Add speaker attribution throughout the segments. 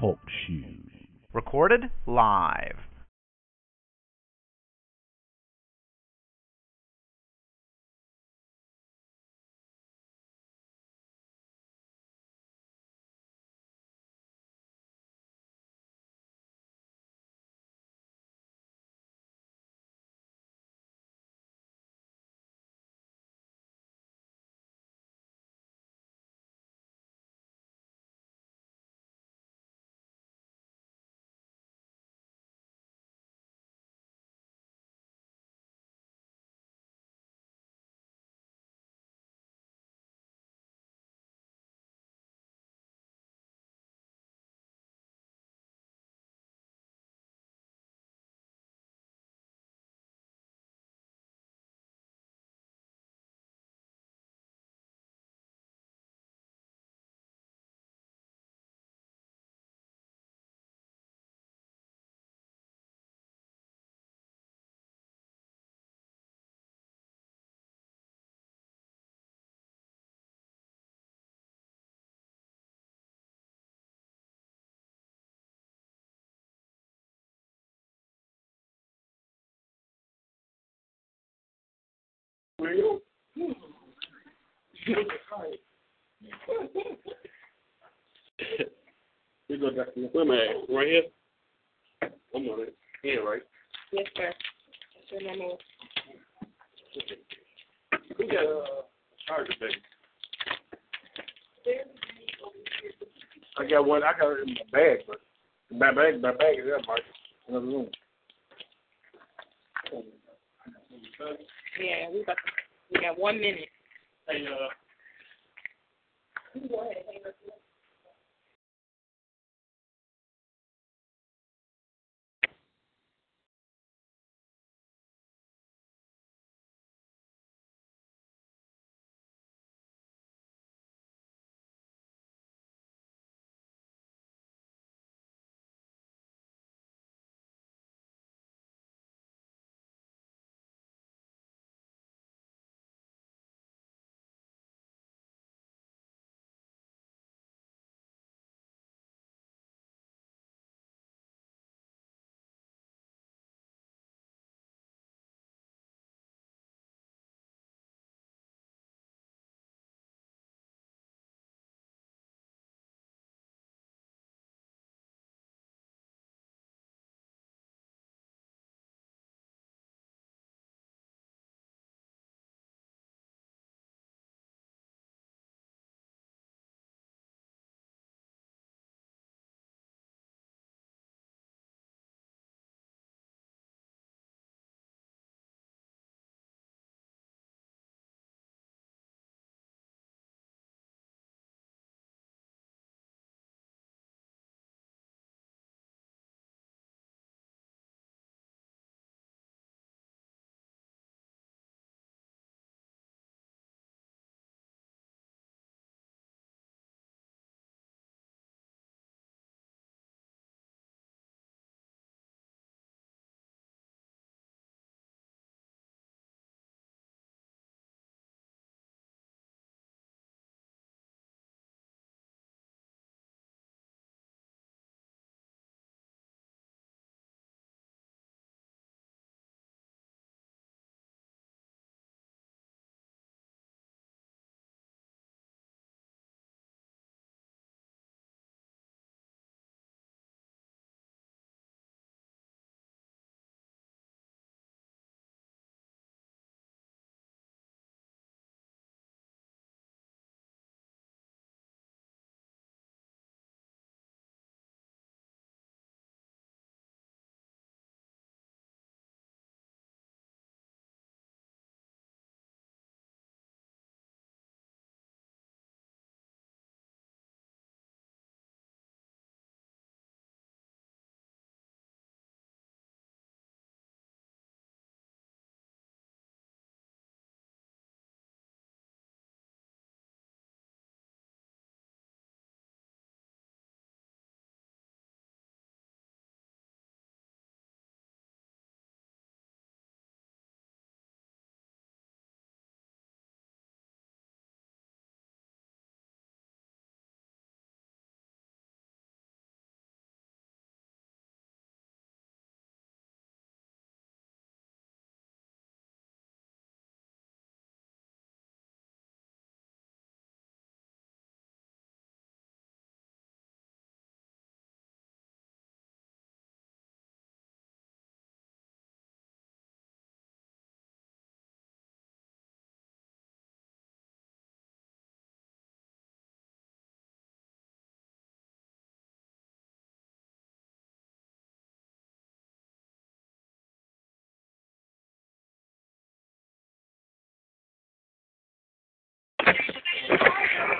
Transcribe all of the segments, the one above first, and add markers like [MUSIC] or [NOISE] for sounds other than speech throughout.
Speaker 1: Talk Shoes. Recorded live.
Speaker 2: You go back to where am I at? Right here? I'm on it. Yeah, right.
Speaker 3: Yes, sir. That's where my name.
Speaker 2: We got uh charger baby. I got one I got it in my bag, but my bag my bag is in my another room.
Speaker 3: Yeah, we about to, we got one minute.
Speaker 2: Hey uh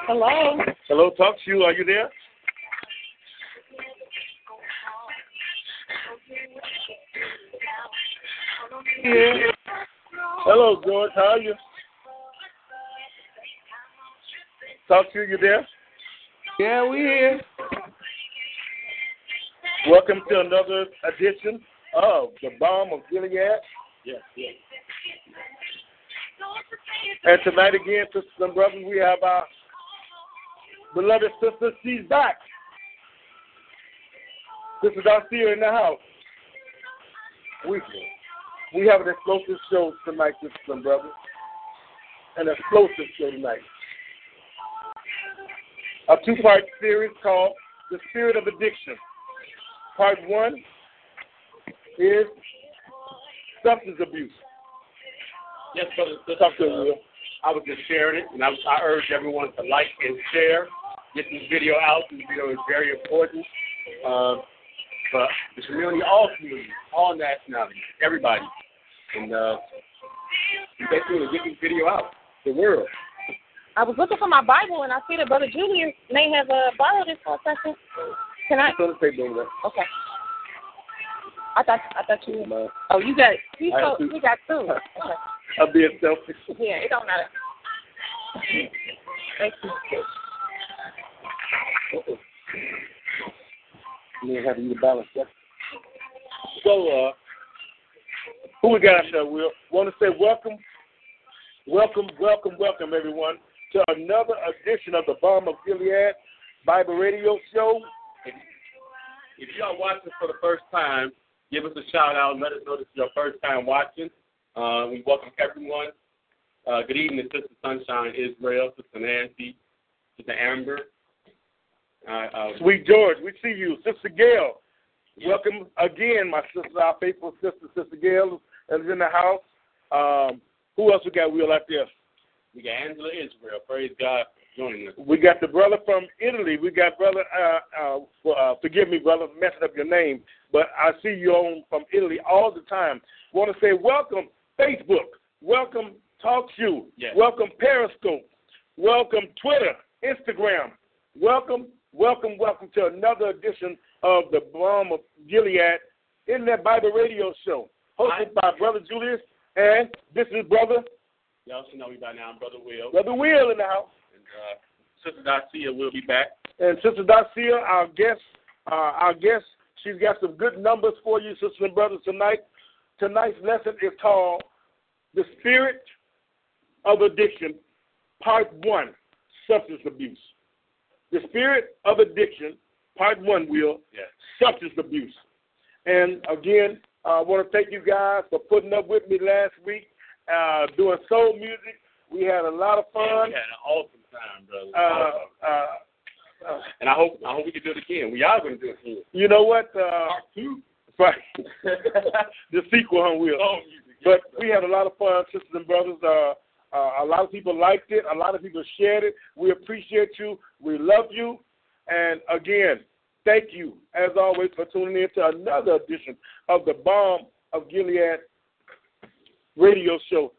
Speaker 3: Hello?
Speaker 2: Hello, talk to you. Are you there? Yeah. Hello, George. How are you? Talk to you. You there? Yeah, we here. Welcome to another edition of the Bomb of Gilead. Yes, yes. And tonight again, sisters and brothers, we have our beloved sister. She's back. Sister Darcia in the house. We we have an explosive show tonight, sisters and brothers. An explosive show tonight. A two-part series called "The Spirit of Addiction." Part one is substance abuse. Yes, brother. Talk to Will. I was just sharing it, and I, I urge everyone to like and share. Get this video out. This video is very important uh, for the community, all communities, all nationalities, everybody. And uh, stay tuned and get this video out. The world.
Speaker 3: I was looking for my Bible and I see that Brother Julian may have uh, borrowed it for a second. Can I?
Speaker 2: It's on the table over there.
Speaker 3: Okay. I thought I thought you.
Speaker 2: No.
Speaker 3: Oh, you got. You
Speaker 2: I
Speaker 3: so,
Speaker 2: have two.
Speaker 3: we got two. Okay.
Speaker 2: I'm being selfish.
Speaker 3: Yeah, it don't matter. Thank you.
Speaker 2: Me having you balance that. So, uh, who we got out there, Will? Want to say welcome, welcome, welcome, welcome, everyone, to another edition of the Bomb of Gilead Bible Radio Show.
Speaker 4: If you are watching for the first time, give us a shout out. Let us know this is your first time watching. Uh, we welcome everyone. Uh, good evening, Sister Sunshine Israel, Sister Nancy, Sister Amber. Uh, uh,
Speaker 2: Sweet George, we see you. Sister Gail, welcome again, my sister, our faithful sister, Sister Gail, is in the house. Um, who else we got, Will, out there?
Speaker 4: we got Angela Israel. Praise God for joining us.
Speaker 2: We got the brother from Italy. We got brother. Uh, uh, uh, forgive me, brother, messing up your name, but I see you on from Italy all the time. Want to say welcome Facebook, welcome TalkShoe,
Speaker 4: Yes.
Speaker 2: welcome Periscope, welcome Twitter, Instagram, welcome, welcome, welcome to another edition of the Bomb of Gilead Internet Bible Radio Show, hosted by brother Julius and this is brother
Speaker 4: Y'all should know me by now. I'm Brother Will.
Speaker 2: brother Will in the house.
Speaker 4: And, uh, Sister Dacia will be back.
Speaker 2: And Sister Dacia, our guest, uh, our guest, she's got some good numbers for you, sisters and brothers, tonight. Tonight's lesson is called The Spirit of Addiction, Part 1, Substance Abuse. The Spirit of Addiction, Part 1, Will,
Speaker 4: Yes.
Speaker 2: Substance Abuse. And again, I want to thank you guys for putting up with me last week, uh, doing soul music. We had a lot of
Speaker 4: We
Speaker 2: fun.
Speaker 4: had an awesome time, brother.
Speaker 2: Uh,
Speaker 4: Awesome.
Speaker 2: uh, uh,
Speaker 4: And I hope I hope we can do it again. We are going to do it again.
Speaker 2: You know what? Uh, [LAUGHS] right. the sequel, huh, Will?
Speaker 4: Oh, music.
Speaker 2: But we had a lot of fun, sisters and brothers. Uh, uh, a lot of people liked it. A lot of people shared it. We appreciate you. We love you. And again, thank you, as always, for tuning in to another edition of the Bomb of Gilead radio show,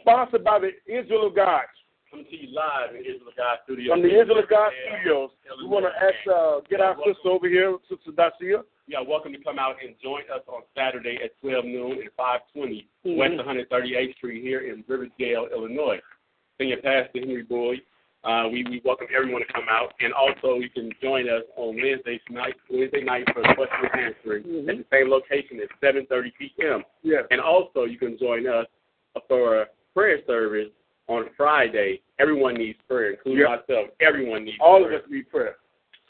Speaker 2: sponsored by the Israel of God.
Speaker 4: Coming to you live in Israel God Studio.
Speaker 2: From the Israel of God Studios, we want to ask, uh, get our sister over here, Sister Dacia.
Speaker 4: You are welcome to come out and join us on Saturday at 12 noon and 520
Speaker 2: Mhm.
Speaker 4: West 138th Street here in Riverdale, Illinois. Senior Pastor Henry Boyd. Uh, we, we welcome everyone to come out, and also you can join us on Wednesday night, Wednesday night for question and answering at the same location at 7:30
Speaker 2: Mm-hmm.
Speaker 4: p.m.
Speaker 2: Yes.
Speaker 4: And also, you can join us for a prayer service on Friday. Everyone needs prayer, including
Speaker 2: Yep.
Speaker 4: myself. Everyone needs
Speaker 2: All of
Speaker 4: prayer.
Speaker 2: us need prayer.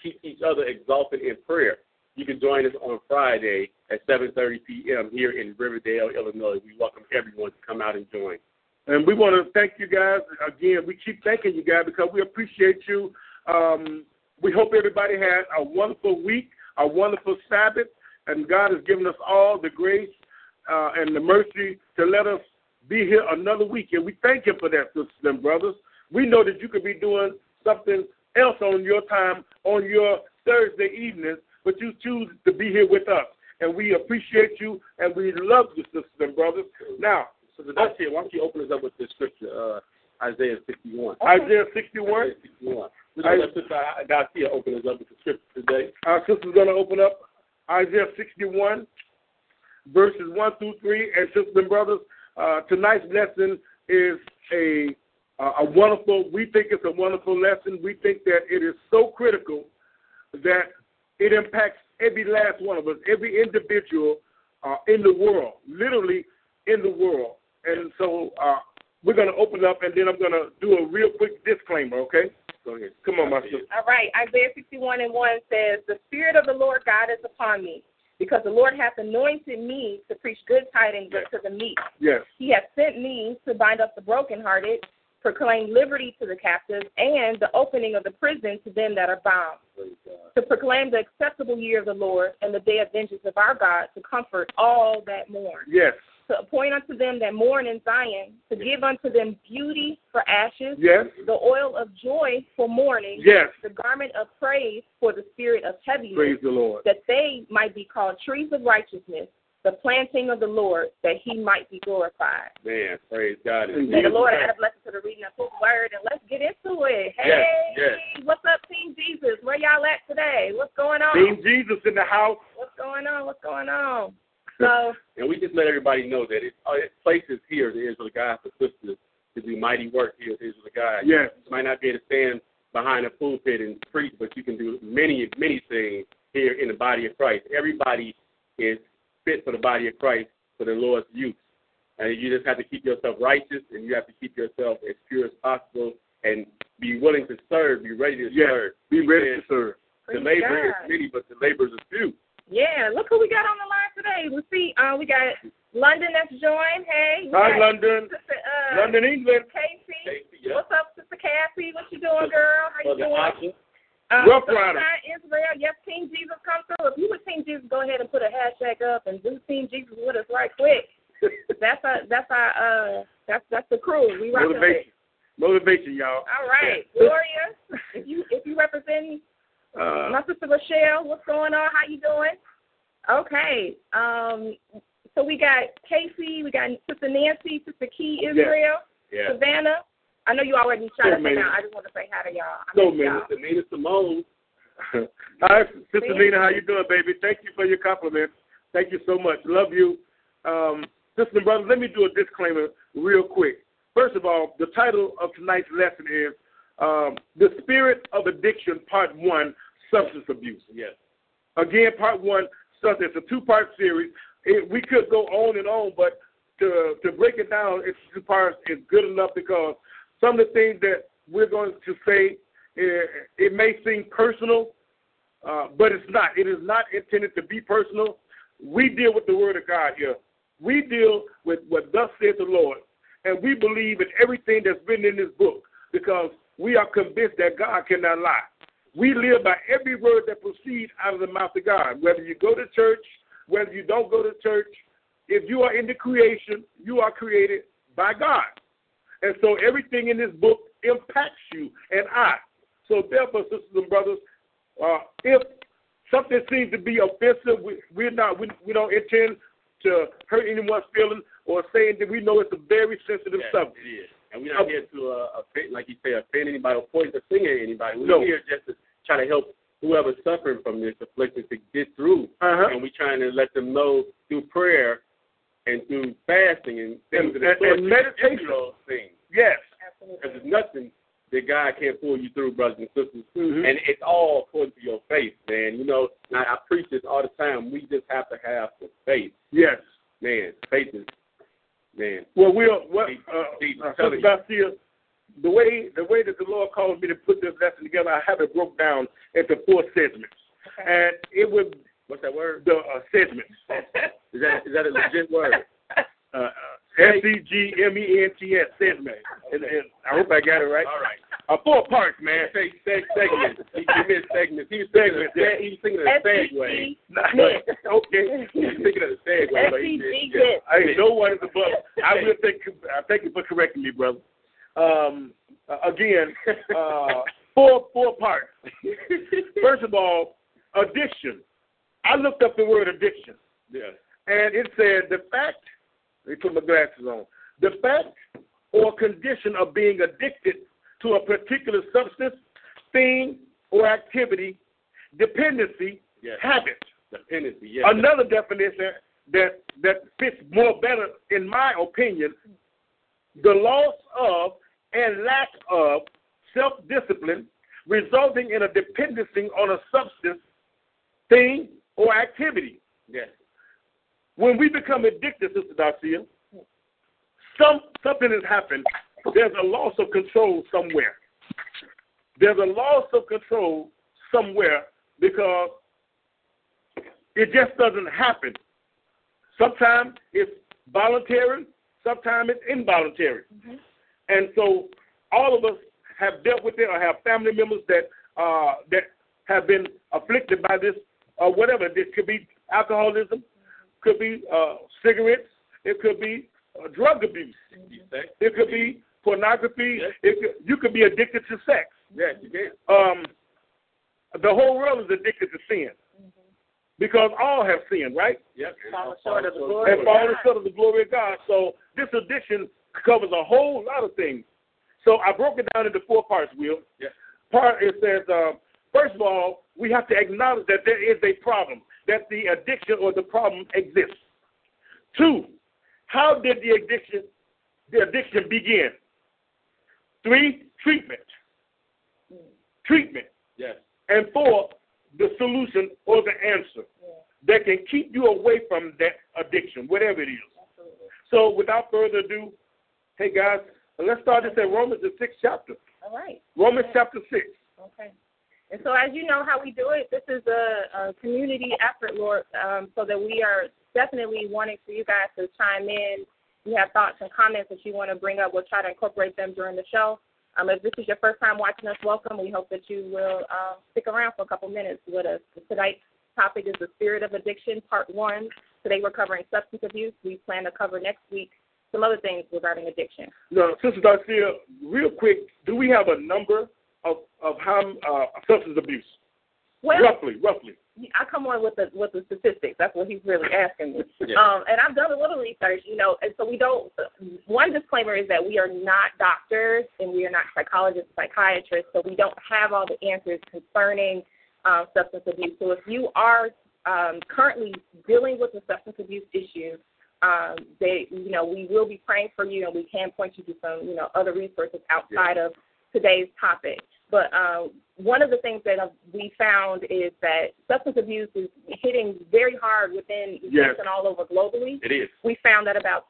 Speaker 4: Keep each other exalted in prayer. You can join us on Friday at 7:30 p.m. here in Riverdale, Illinois. We welcome everyone to come out and join.
Speaker 2: And we want to thank you guys again. We keep thanking you guys because we appreciate you. Um, we hope everybody had a wonderful week, a wonderful Sabbath, and God has given us all the grace uh, and the mercy to let us be here another week. And we thank you for that, sisters and brothers. We know that you could be doing something else on your time on your Thursday evenings, but you choose to be here with us. And we appreciate you and we love you, sisters and brothers. Now,
Speaker 4: So, Dr. why don't you open us up with the scripture? Uh, Isaiah 61.
Speaker 2: Isaiah 61.
Speaker 4: Isaiah 61. We're going to let Sister Garcia open us up with the scripture today.
Speaker 2: Our sister's going to open up Isaiah 61, verses 1 through 3. And sisters and brothers, uh, tonight's lesson is a a wonderful. We think it's a wonderful lesson. We think that it is so critical that it impacts every last one of us, every individual uh, in the world, literally in the world. And so uh, we're going to open up, and then I'm going to do a real quick disclaimer. Okay. Go ahead. Come on, my sister.
Speaker 3: All right, Isaiah 61 and 1 says, The Spirit of the Lord God is upon me, because the Lord hath anointed me to preach good tidings
Speaker 2: Yes.
Speaker 3: unto the meek.
Speaker 2: Yes.
Speaker 3: He hath sent me to bind up the brokenhearted, proclaim liberty to the captives, and the opening of the prison to them that are bound, to proclaim the acceptable year of the Lord and the day of vengeance of our God, to comfort all that mourn
Speaker 2: Yes.
Speaker 3: to appoint unto them that mourn in Zion, to give unto them beauty for ashes,
Speaker 2: Yes.
Speaker 3: the oil of joy for mourning,
Speaker 2: Yes.
Speaker 3: the garment of praise for the spirit of heaviness,
Speaker 2: Praise the Lord.
Speaker 3: that they might be called trees of righteousness, the planting of the Lord, that he might be glorified.
Speaker 4: Man, praise God.
Speaker 3: May the
Speaker 2: Amen.
Speaker 3: Lord add a blessing to the reading of his word, and let's get into it. Hey,
Speaker 4: Yes, yes.
Speaker 3: what's up, Team Jesus? Where y'all at today? What's going on?
Speaker 2: Team Jesus in the house.
Speaker 3: What's going on? What's going on? So,
Speaker 4: And we just let everybody know that it, uh, it places here the Israel of God for sisters to do mighty work here at the Israel of God.
Speaker 2: Yes.
Speaker 4: You might not be able to stand behind a pulpit and preach, but you can do many, many things here in the body of Christ. Everybody is fit for the body of Christ for the Lord's use. And you just have to keep yourself righteous and you have to keep yourself as pure as possible and be willing to serve, be ready to
Speaker 2: Yes.
Speaker 4: serve.
Speaker 2: Be ready to
Speaker 4: Amen.
Speaker 2: serve.
Speaker 4: The
Speaker 3: praise
Speaker 4: labor is
Speaker 3: God.
Speaker 4: many, but the laborers are few.
Speaker 3: Yeah, look who we got on the line today. Let's see. Uh, we got London that's joined. Hey, we
Speaker 2: Hi,
Speaker 3: got
Speaker 2: London.
Speaker 3: Sister, uh,
Speaker 2: London, England.
Speaker 3: Casey.
Speaker 4: Casey, yeah.
Speaker 3: What's up, Sister Cassie? What you doing, girl? How you
Speaker 4: Brother
Speaker 3: doing?
Speaker 4: Asha,
Speaker 3: Uh,
Speaker 2: Rough
Speaker 3: Sister
Speaker 2: Rider.
Speaker 3: Israel. Yes, Team Jesus come through. If you with Team Jesus, go ahead and put a hashtag up and do Team Jesus with us right quick.
Speaker 2: [LAUGHS]
Speaker 3: that's our that's our uh that's that's the crew. We rocking with.
Speaker 2: Motivation. Motivation, y'all.
Speaker 3: All right,
Speaker 2: Yeah.
Speaker 3: Gloria. If you if you represent
Speaker 2: Uh,
Speaker 3: my sister Rochelle, what's going on? How you doing? Okay. Um, so we got Casey, we got Sister Nancy, Sister Key Israel,
Speaker 4: yeah.
Speaker 3: Savannah. I know you already
Speaker 2: So
Speaker 3: shot us
Speaker 2: many.
Speaker 3: out. I just want to say hi to y'all. I
Speaker 2: So
Speaker 3: miss
Speaker 2: many.
Speaker 3: y'all.
Speaker 4: Sister Nina Simone.
Speaker 2: [LAUGHS] Hi, Sister
Speaker 3: Thank
Speaker 2: Nina. How you doing, baby? Thank you for your compliment. Thank you so much. Love you. Um, sisters and brothers, let me do a disclaimer real quick. First of all, the title of tonight's lesson is um, The Spirit of Addiction, Part 1, Substance Abuse.
Speaker 4: Yes.
Speaker 2: Again, part one, so it's a two part series. It, we could go on and on, but to to break it down into two parts is good enough because some of the things that we're going to say, it, it may seem personal, uh, but it's not. It is not intended to be personal. We deal with the Word of God here. We deal with what thus saith the Lord. And we believe in everything that's written in this book because we are convinced that God cannot lie. We live by every word that proceeds out of the mouth of God. Whether you go to church, whether you don't go to church, if you are in the creation, you are created by God. And so everything in this book impacts you and I. So therefore, sisters and brothers, uh, if something seems to be offensive, we, we're not we, we don't intend to hurt anyone's feelings or saying that we know it's a very sensitive
Speaker 4: Yes,
Speaker 2: subject.
Speaker 4: it is. And we're not here to uh, offend, like you say, offend anybody or point the finger at anybody. We're
Speaker 2: No.
Speaker 4: here just to try to help whoever's suffering from this affliction to get through.
Speaker 2: Uh-huh.
Speaker 4: And we're trying to let them know through prayer and through fasting and things
Speaker 2: And-
Speaker 4: of the
Speaker 2: and-
Speaker 4: sort.
Speaker 2: and
Speaker 4: you can get
Speaker 2: meditation.
Speaker 4: through those things.
Speaker 2: Yes.
Speaker 4: Because there's nothing that God can't pull you through, brothers and sisters.
Speaker 2: Mhm.
Speaker 4: And it's all according to your faith, man. You know, and I, I preach this all the time. We just have to have the faith.
Speaker 2: Yes.
Speaker 4: Man, faith is, man,
Speaker 2: Well, we'll what
Speaker 4: Deep,
Speaker 2: uh,
Speaker 4: deep,
Speaker 2: uh,
Speaker 4: tell
Speaker 2: Sister
Speaker 4: you.
Speaker 2: Garcia, the way the way that the Lord called me to put this lesson together, I have it broke down into four segments, and it would
Speaker 4: what's that word?
Speaker 2: the uh, segments.
Speaker 4: Is that is that a legit word?
Speaker 2: Uh, uh, S E G M E N T S segment. And, and I hope I got it right.
Speaker 4: All right.
Speaker 2: Uh, four parts, man.
Speaker 4: Man, say, say segments. He, he missed segments. He was thinking of,
Speaker 2: Segments, yeah.
Speaker 4: he was thinking of a segue.
Speaker 3: SGG. Nick.
Speaker 2: [LAUGHS] okay.
Speaker 4: He was thinking of a segue. But
Speaker 3: SGG.
Speaker 4: he did, yeah.
Speaker 2: Hey, no one is above. I will thank you. I thank you for correcting me, brother. Um, uh, again, [LAUGHS] uh, four four parts. First of all, addiction. I looked up the word addiction,
Speaker 4: Yeah.
Speaker 2: and it said the fact. Let me put my glasses on. The fact or condition of being addicted to a particular substance, thing, or activity, dependency,
Speaker 4: Yes.
Speaker 2: habit.
Speaker 4: Dependency, yes.
Speaker 2: Another definition that, that fits more better, in my opinion, the loss of and lack of self discipline resulting in a dependency on a substance, thing, or activity.
Speaker 4: Yes.
Speaker 2: When we become addicted, Sister Darcia, some something has happened. There's a loss of control somewhere. There's a loss of control somewhere because it just doesn't happen. Sometimes it's voluntary, sometimes it's involuntary. And so all of us have dealt with it or have family members that uh, that have been afflicted by this or whatever. This could be alcoholism, could be uh, cigarettes, it could be uh, drug abuse,
Speaker 4: You say?
Speaker 2: it could be pornography.
Speaker 4: Yes.
Speaker 2: It could, you could be addicted to sex.
Speaker 4: Yes, you can.
Speaker 2: Um, the whole world is addicted to sin because all have sinned, right?
Speaker 4: Yep.
Speaker 3: Falling short of the glory
Speaker 2: and
Speaker 3: of
Speaker 2: falling
Speaker 3: God.
Speaker 2: short of the glory of God. So this addiction covers a whole lot of things. So I broke it down into four parts, Will.
Speaker 4: Yes.
Speaker 2: Part it says, uh, first of all, we have to acknowledge that there is a problem, that the addiction or the problem exists. Two, how did the addiction the addiction begin? Three, treatment. Treatment.
Speaker 4: Yes.
Speaker 2: And four, the solution or the answer that can keep you away from that addiction, whatever it is. So without further ado, hey guys, let's start this at Romans the sixth chapter.
Speaker 3: All right.
Speaker 2: Romans chapter six.
Speaker 3: Okay. And so, as you know, how we do it, this is a, a community effort, Lord, um, so that we are definitely wanting for you guys to chime in. You have thoughts and comments that you want to bring up. We'll try to incorporate them during the show. Um, if this is your first time watching us, welcome. We hope that you will uh, stick around for a couple minutes with us. Tonight's topic is the spirit of addiction, part one. Today we're covering substance abuse. We plan to cover next week some other things regarding addiction.
Speaker 2: Now, Sister Garcia, real quick, do we have a number of of how uh, substance abuse?
Speaker 3: Well,
Speaker 2: roughly, roughly.
Speaker 3: I come on with the with the statistics. That's what he's really asking me.
Speaker 4: Yeah.
Speaker 3: Um, and I've done a little research, you know, and so we don't. One disclaimer is that we are not doctors and we are not psychologists, psychiatrists, so we don't have all the answers concerning um, substance abuse. So if you are um, currently dealing with a substance abuse issue, um, they, you know, we will be praying for you, and we can point you to some, you know, other resources outside of today's topic. But uh, one of the things that I've- we found is that substance abuse is hitting very hard within
Speaker 2: Yes.
Speaker 3: and all over globally.
Speaker 4: It is.
Speaker 3: We found that about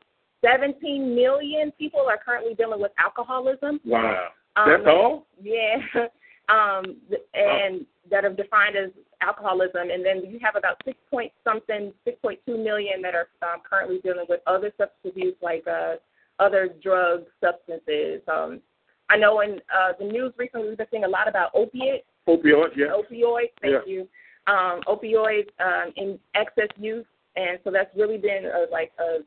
Speaker 3: 17 million people are currently dealing with alcoholism.
Speaker 2: Wow.
Speaker 3: Um,
Speaker 2: That's all?
Speaker 3: Yeah. [LAUGHS] Um, th- and that are defined as alcoholism, and then you have about six point something, six point two million that are um, currently dealing with other substance abuse, like uh, other drug substances. Um, I know in uh, the news recently we've been seeing a lot about opiates
Speaker 2: Opioid, yeah.
Speaker 3: opioids. Thank
Speaker 2: Yeah.
Speaker 3: you. Um, opioids um, in excess use, and so that's really been a, like a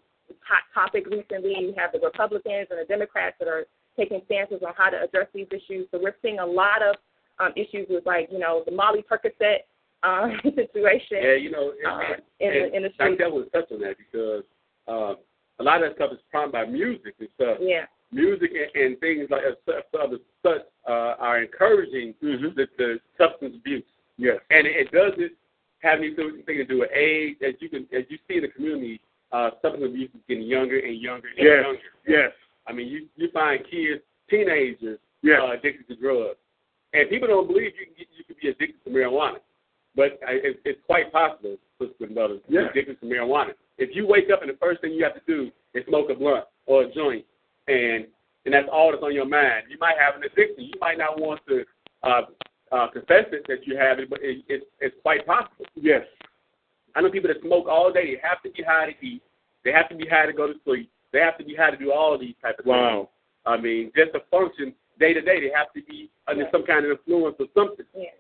Speaker 3: hot topic recently. You have the Republicans and the Democrats that are taking stances on how to address these issues. So we're seeing a lot of um, issues with like you know the Molly Percocet um, [LAUGHS] situation
Speaker 4: Yeah, you know, it,
Speaker 3: uh, in
Speaker 4: and
Speaker 3: the in the streets.
Speaker 4: Dr. was touch on that because uh, a lot of that stuff is primed by music and stuff.
Speaker 3: Yeah,
Speaker 4: Music and, and things like that, such, such, such uh, are encouraging the, the substance abuse.
Speaker 2: Yes.
Speaker 4: and it, it doesn't have anything to do with age. As you can, as you see in the community, uh, substance abuse is getting younger and younger and
Speaker 2: Yes.
Speaker 4: younger.
Speaker 2: Yes.
Speaker 4: I mean, you you find kids, teenagers,
Speaker 2: Yes.
Speaker 4: uh, addicted to drugs, and people don't believe you can get, you could be addicted to marijuana, but I, it, it's quite possible, sisters and brothers, to be
Speaker 2: Yeah.
Speaker 4: addicted to marijuana. If you wake up and the first thing you have to do is smoke a blunt or a joint, and and that's all that's on your mind, you might have an addiction. You might not want to uh, uh, confess it that you have it, but it, it's it's quite possible.
Speaker 2: Yes.
Speaker 4: I know people that smoke all day. They have to be high to eat. They have to be high to go to sleep. They have to be high to do all these type of things.
Speaker 2: Wow.
Speaker 4: I mean, just to function day to day, they have to be under some kind of influence or something.
Speaker 3: yeah.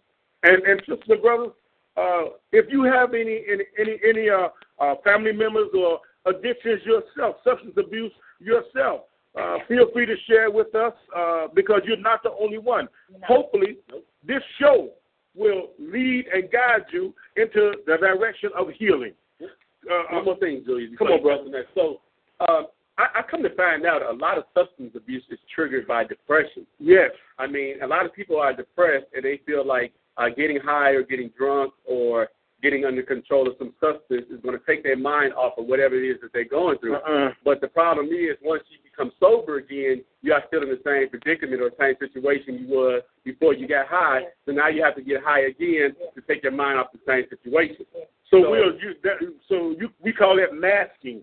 Speaker 2: And and sisters and brothers, uh, if you have any any any, any uh, uh, family members or addictions yourself, substance abuse yourself, uh, feel free to share with us uh, because you're not the only one. Hopefully, this show will lead and guide you into the direction of healing. Uh,
Speaker 4: One more thing, Julie.
Speaker 2: Come on,
Speaker 4: before you touch on that. So, um, I, I come to find out a lot of substance abuse is triggered by depression.
Speaker 2: Yes.
Speaker 4: I mean, a lot of people are depressed and they feel like uh, getting high or getting drunk or getting under control of some substance is going to take their mind off of whatever it is that they're going through.
Speaker 2: Uh-uh.
Speaker 4: But the problem is, once you become sober again, you are still in the same predicament or same situation you was before you got high. So now you have to get high again to take your mind off the same situation.
Speaker 2: So,
Speaker 4: So-
Speaker 2: we'll use that. So you, we call that masking,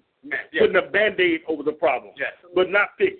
Speaker 4: Yeah.
Speaker 2: putting a band-aid over the problem,
Speaker 4: Yes.
Speaker 2: but not fix.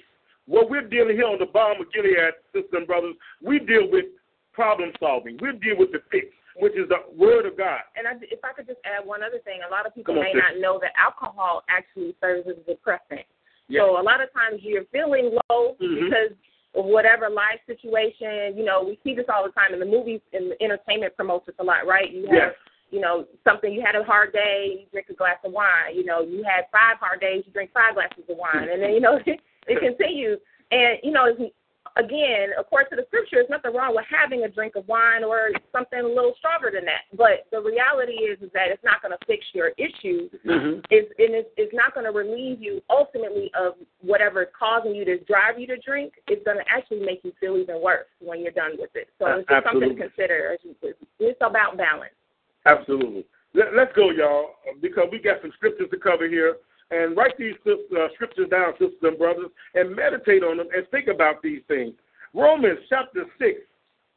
Speaker 2: What we're dealing here on the Bomb of Gilead system, brothers, we deal with problem solving. We deal with the fix, which is the word of God.
Speaker 3: And I, if I could just add one other thing, a lot of people
Speaker 2: Come on,
Speaker 3: may
Speaker 2: sis.
Speaker 3: not know that alcohol actually serves as a depressant.
Speaker 4: Yeah.
Speaker 3: So a lot of times you're feeling low
Speaker 2: Mhm.
Speaker 3: because of whatever life situation. You know, we see this all the time in the movies and the entertainment promotes this a lot, right? You have,
Speaker 2: Yes.
Speaker 3: you know, something you had a hard day, you drink a glass of wine. You know, you had five hard days, you drink five glasses of wine, and then you know [LAUGHS] it continues. And you know, it's- again, according to the scripture, there's nothing wrong with having a drink of wine or something a little stronger than that. But the reality is, is that it's not going to fix your issue.
Speaker 2: Mm-hmm.
Speaker 3: It's, and it's, it's not going to relieve you ultimately of whatever is causing you to drive you to drink. It's going to actually make you feel even worse when you're done with it. So
Speaker 2: A-
Speaker 3: it's just something
Speaker 2: absolutely.
Speaker 3: to consider. as you- It's, it's about balance.
Speaker 2: Absolutely. Let, let's go, y'all, because we got some scriptures to cover here. And write these uh, scriptures down, sisters and brothers, and meditate on them and think about these things. Romans chapter 6.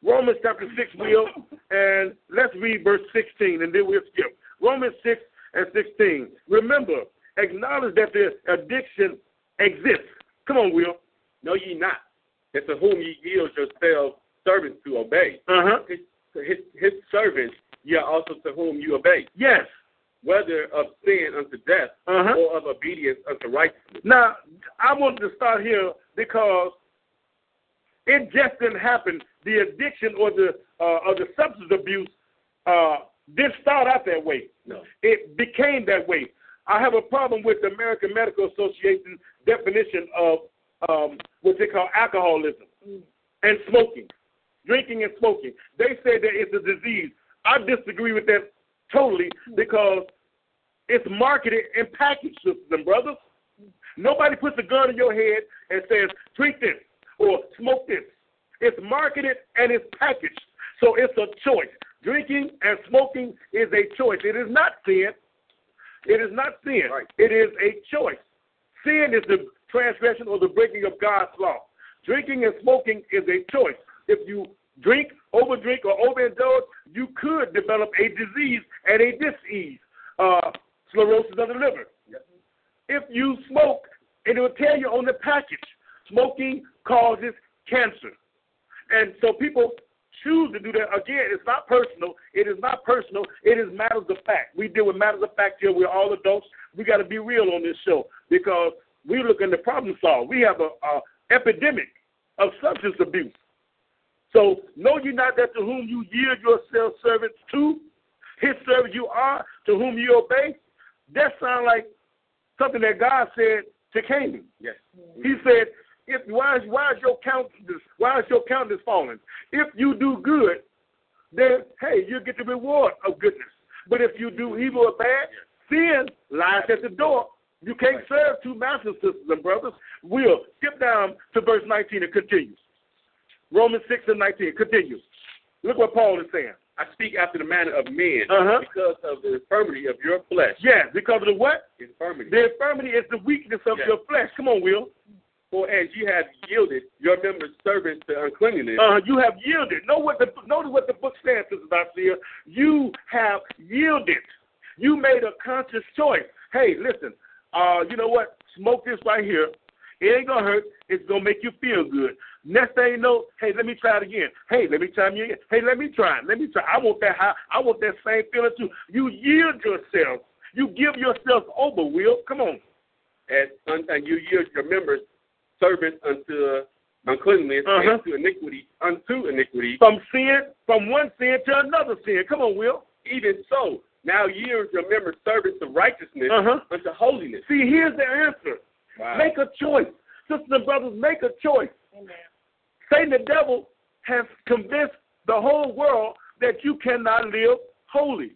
Speaker 2: Romans chapter 6, Will, and let's read verse 16, and then we'll skip. Romans 6 and 16. Remember, acknowledge that the addiction exists. Come on, Will.
Speaker 4: Know ye not that to whom ye yield yourselves servants to obey,
Speaker 2: Uh-huh.
Speaker 4: his, his, his servants ye are also to whom you obey,
Speaker 2: Yes.
Speaker 4: whether of sin unto death
Speaker 2: Uh-huh.
Speaker 4: or of obedience unto righteousness.
Speaker 2: Now, I want to start here because it just didn't happen. The addiction or the uh, or the substance abuse uh, didn't start out that way.
Speaker 4: No.
Speaker 2: It became that way. I have a problem with the American Medical Association definition of um, what they call alcoholism and smoking, drinking and smoking. They say that it's a disease. I disagree with that totally because it's marketed and packaged, sisters and brothers. Nobody puts a gun in your head and says, drink this or smoke this. It's marketed and it's packaged. So it's a choice. Drinking and smoking is a choice. It is not sin. It is not sin.
Speaker 4: Right.
Speaker 2: It is a choice. Sin is the transgression or the breaking of God's law. Drinking and smoking is a choice. If you drink, overdrink, or overindulge, you could develop a disease and a disease, uh, sclerosis of the liver if you smoke, and it will tell you on the package, smoking causes cancer. And so people choose to do that. Again, it's not personal. It is not personal. It is matters of fact. We deal with matters of fact here. We're all adults. We got to be real on this show because we're looking to problem solve. We have a, a epidemic of substance abuse. So know you not that to whom you yield yourselves servants to, his servant you are, to whom you obey. That sounds like something that God said to Canaan.
Speaker 4: Yes.
Speaker 2: He said, "If why is why is your countenance why is your countenance falling? If you do good, then hey, you get the reward of goodness. But if you do evil or bad, sin lies at the door. You can't serve two masters, sisters and brothers. We'll skip down to verse 19 and continue. Romans 6 and 19 continues. Look what Paul is saying.
Speaker 4: I speak after the manner of men
Speaker 2: Uh-huh.
Speaker 4: because of the infirmity of your flesh.
Speaker 2: Yes, because of the what?
Speaker 4: Infirmity.
Speaker 2: The infirmity is the weakness of
Speaker 4: Yes.
Speaker 2: your flesh. Come on, Will.
Speaker 4: For as you have yielded your members servants to uncleanness,
Speaker 2: Uh, you have yielded. Know what the notice what the book says, Sister Garcia. You have yielded. You made a conscious choice. Hey, listen. Uh, you know what? Smoke this right here. It ain't gonna hurt. It's gonna make you feel good. Next thing you know, hey, let me try it again. Hey, let me try it again. Hey, let me try it. Let me try. I want that high. I want that same feeling too. You yield yourself. You give yourself over. Will, come on.
Speaker 4: as un- and you yield your members servants unto uh, uncleanness
Speaker 2: Uh-huh.
Speaker 4: and to iniquity unto iniquity,
Speaker 2: From sin, from one sin to another sin. Come on, Will.
Speaker 4: even so now yield your members servants to righteousness
Speaker 2: Uh-huh.
Speaker 4: unto holiness.
Speaker 2: See, here's the answer.
Speaker 4: Wow.
Speaker 2: Make a choice. Sisters and brothers, make a choice.
Speaker 3: Amen.
Speaker 2: Satan the devil has convinced the whole world that you cannot live holy.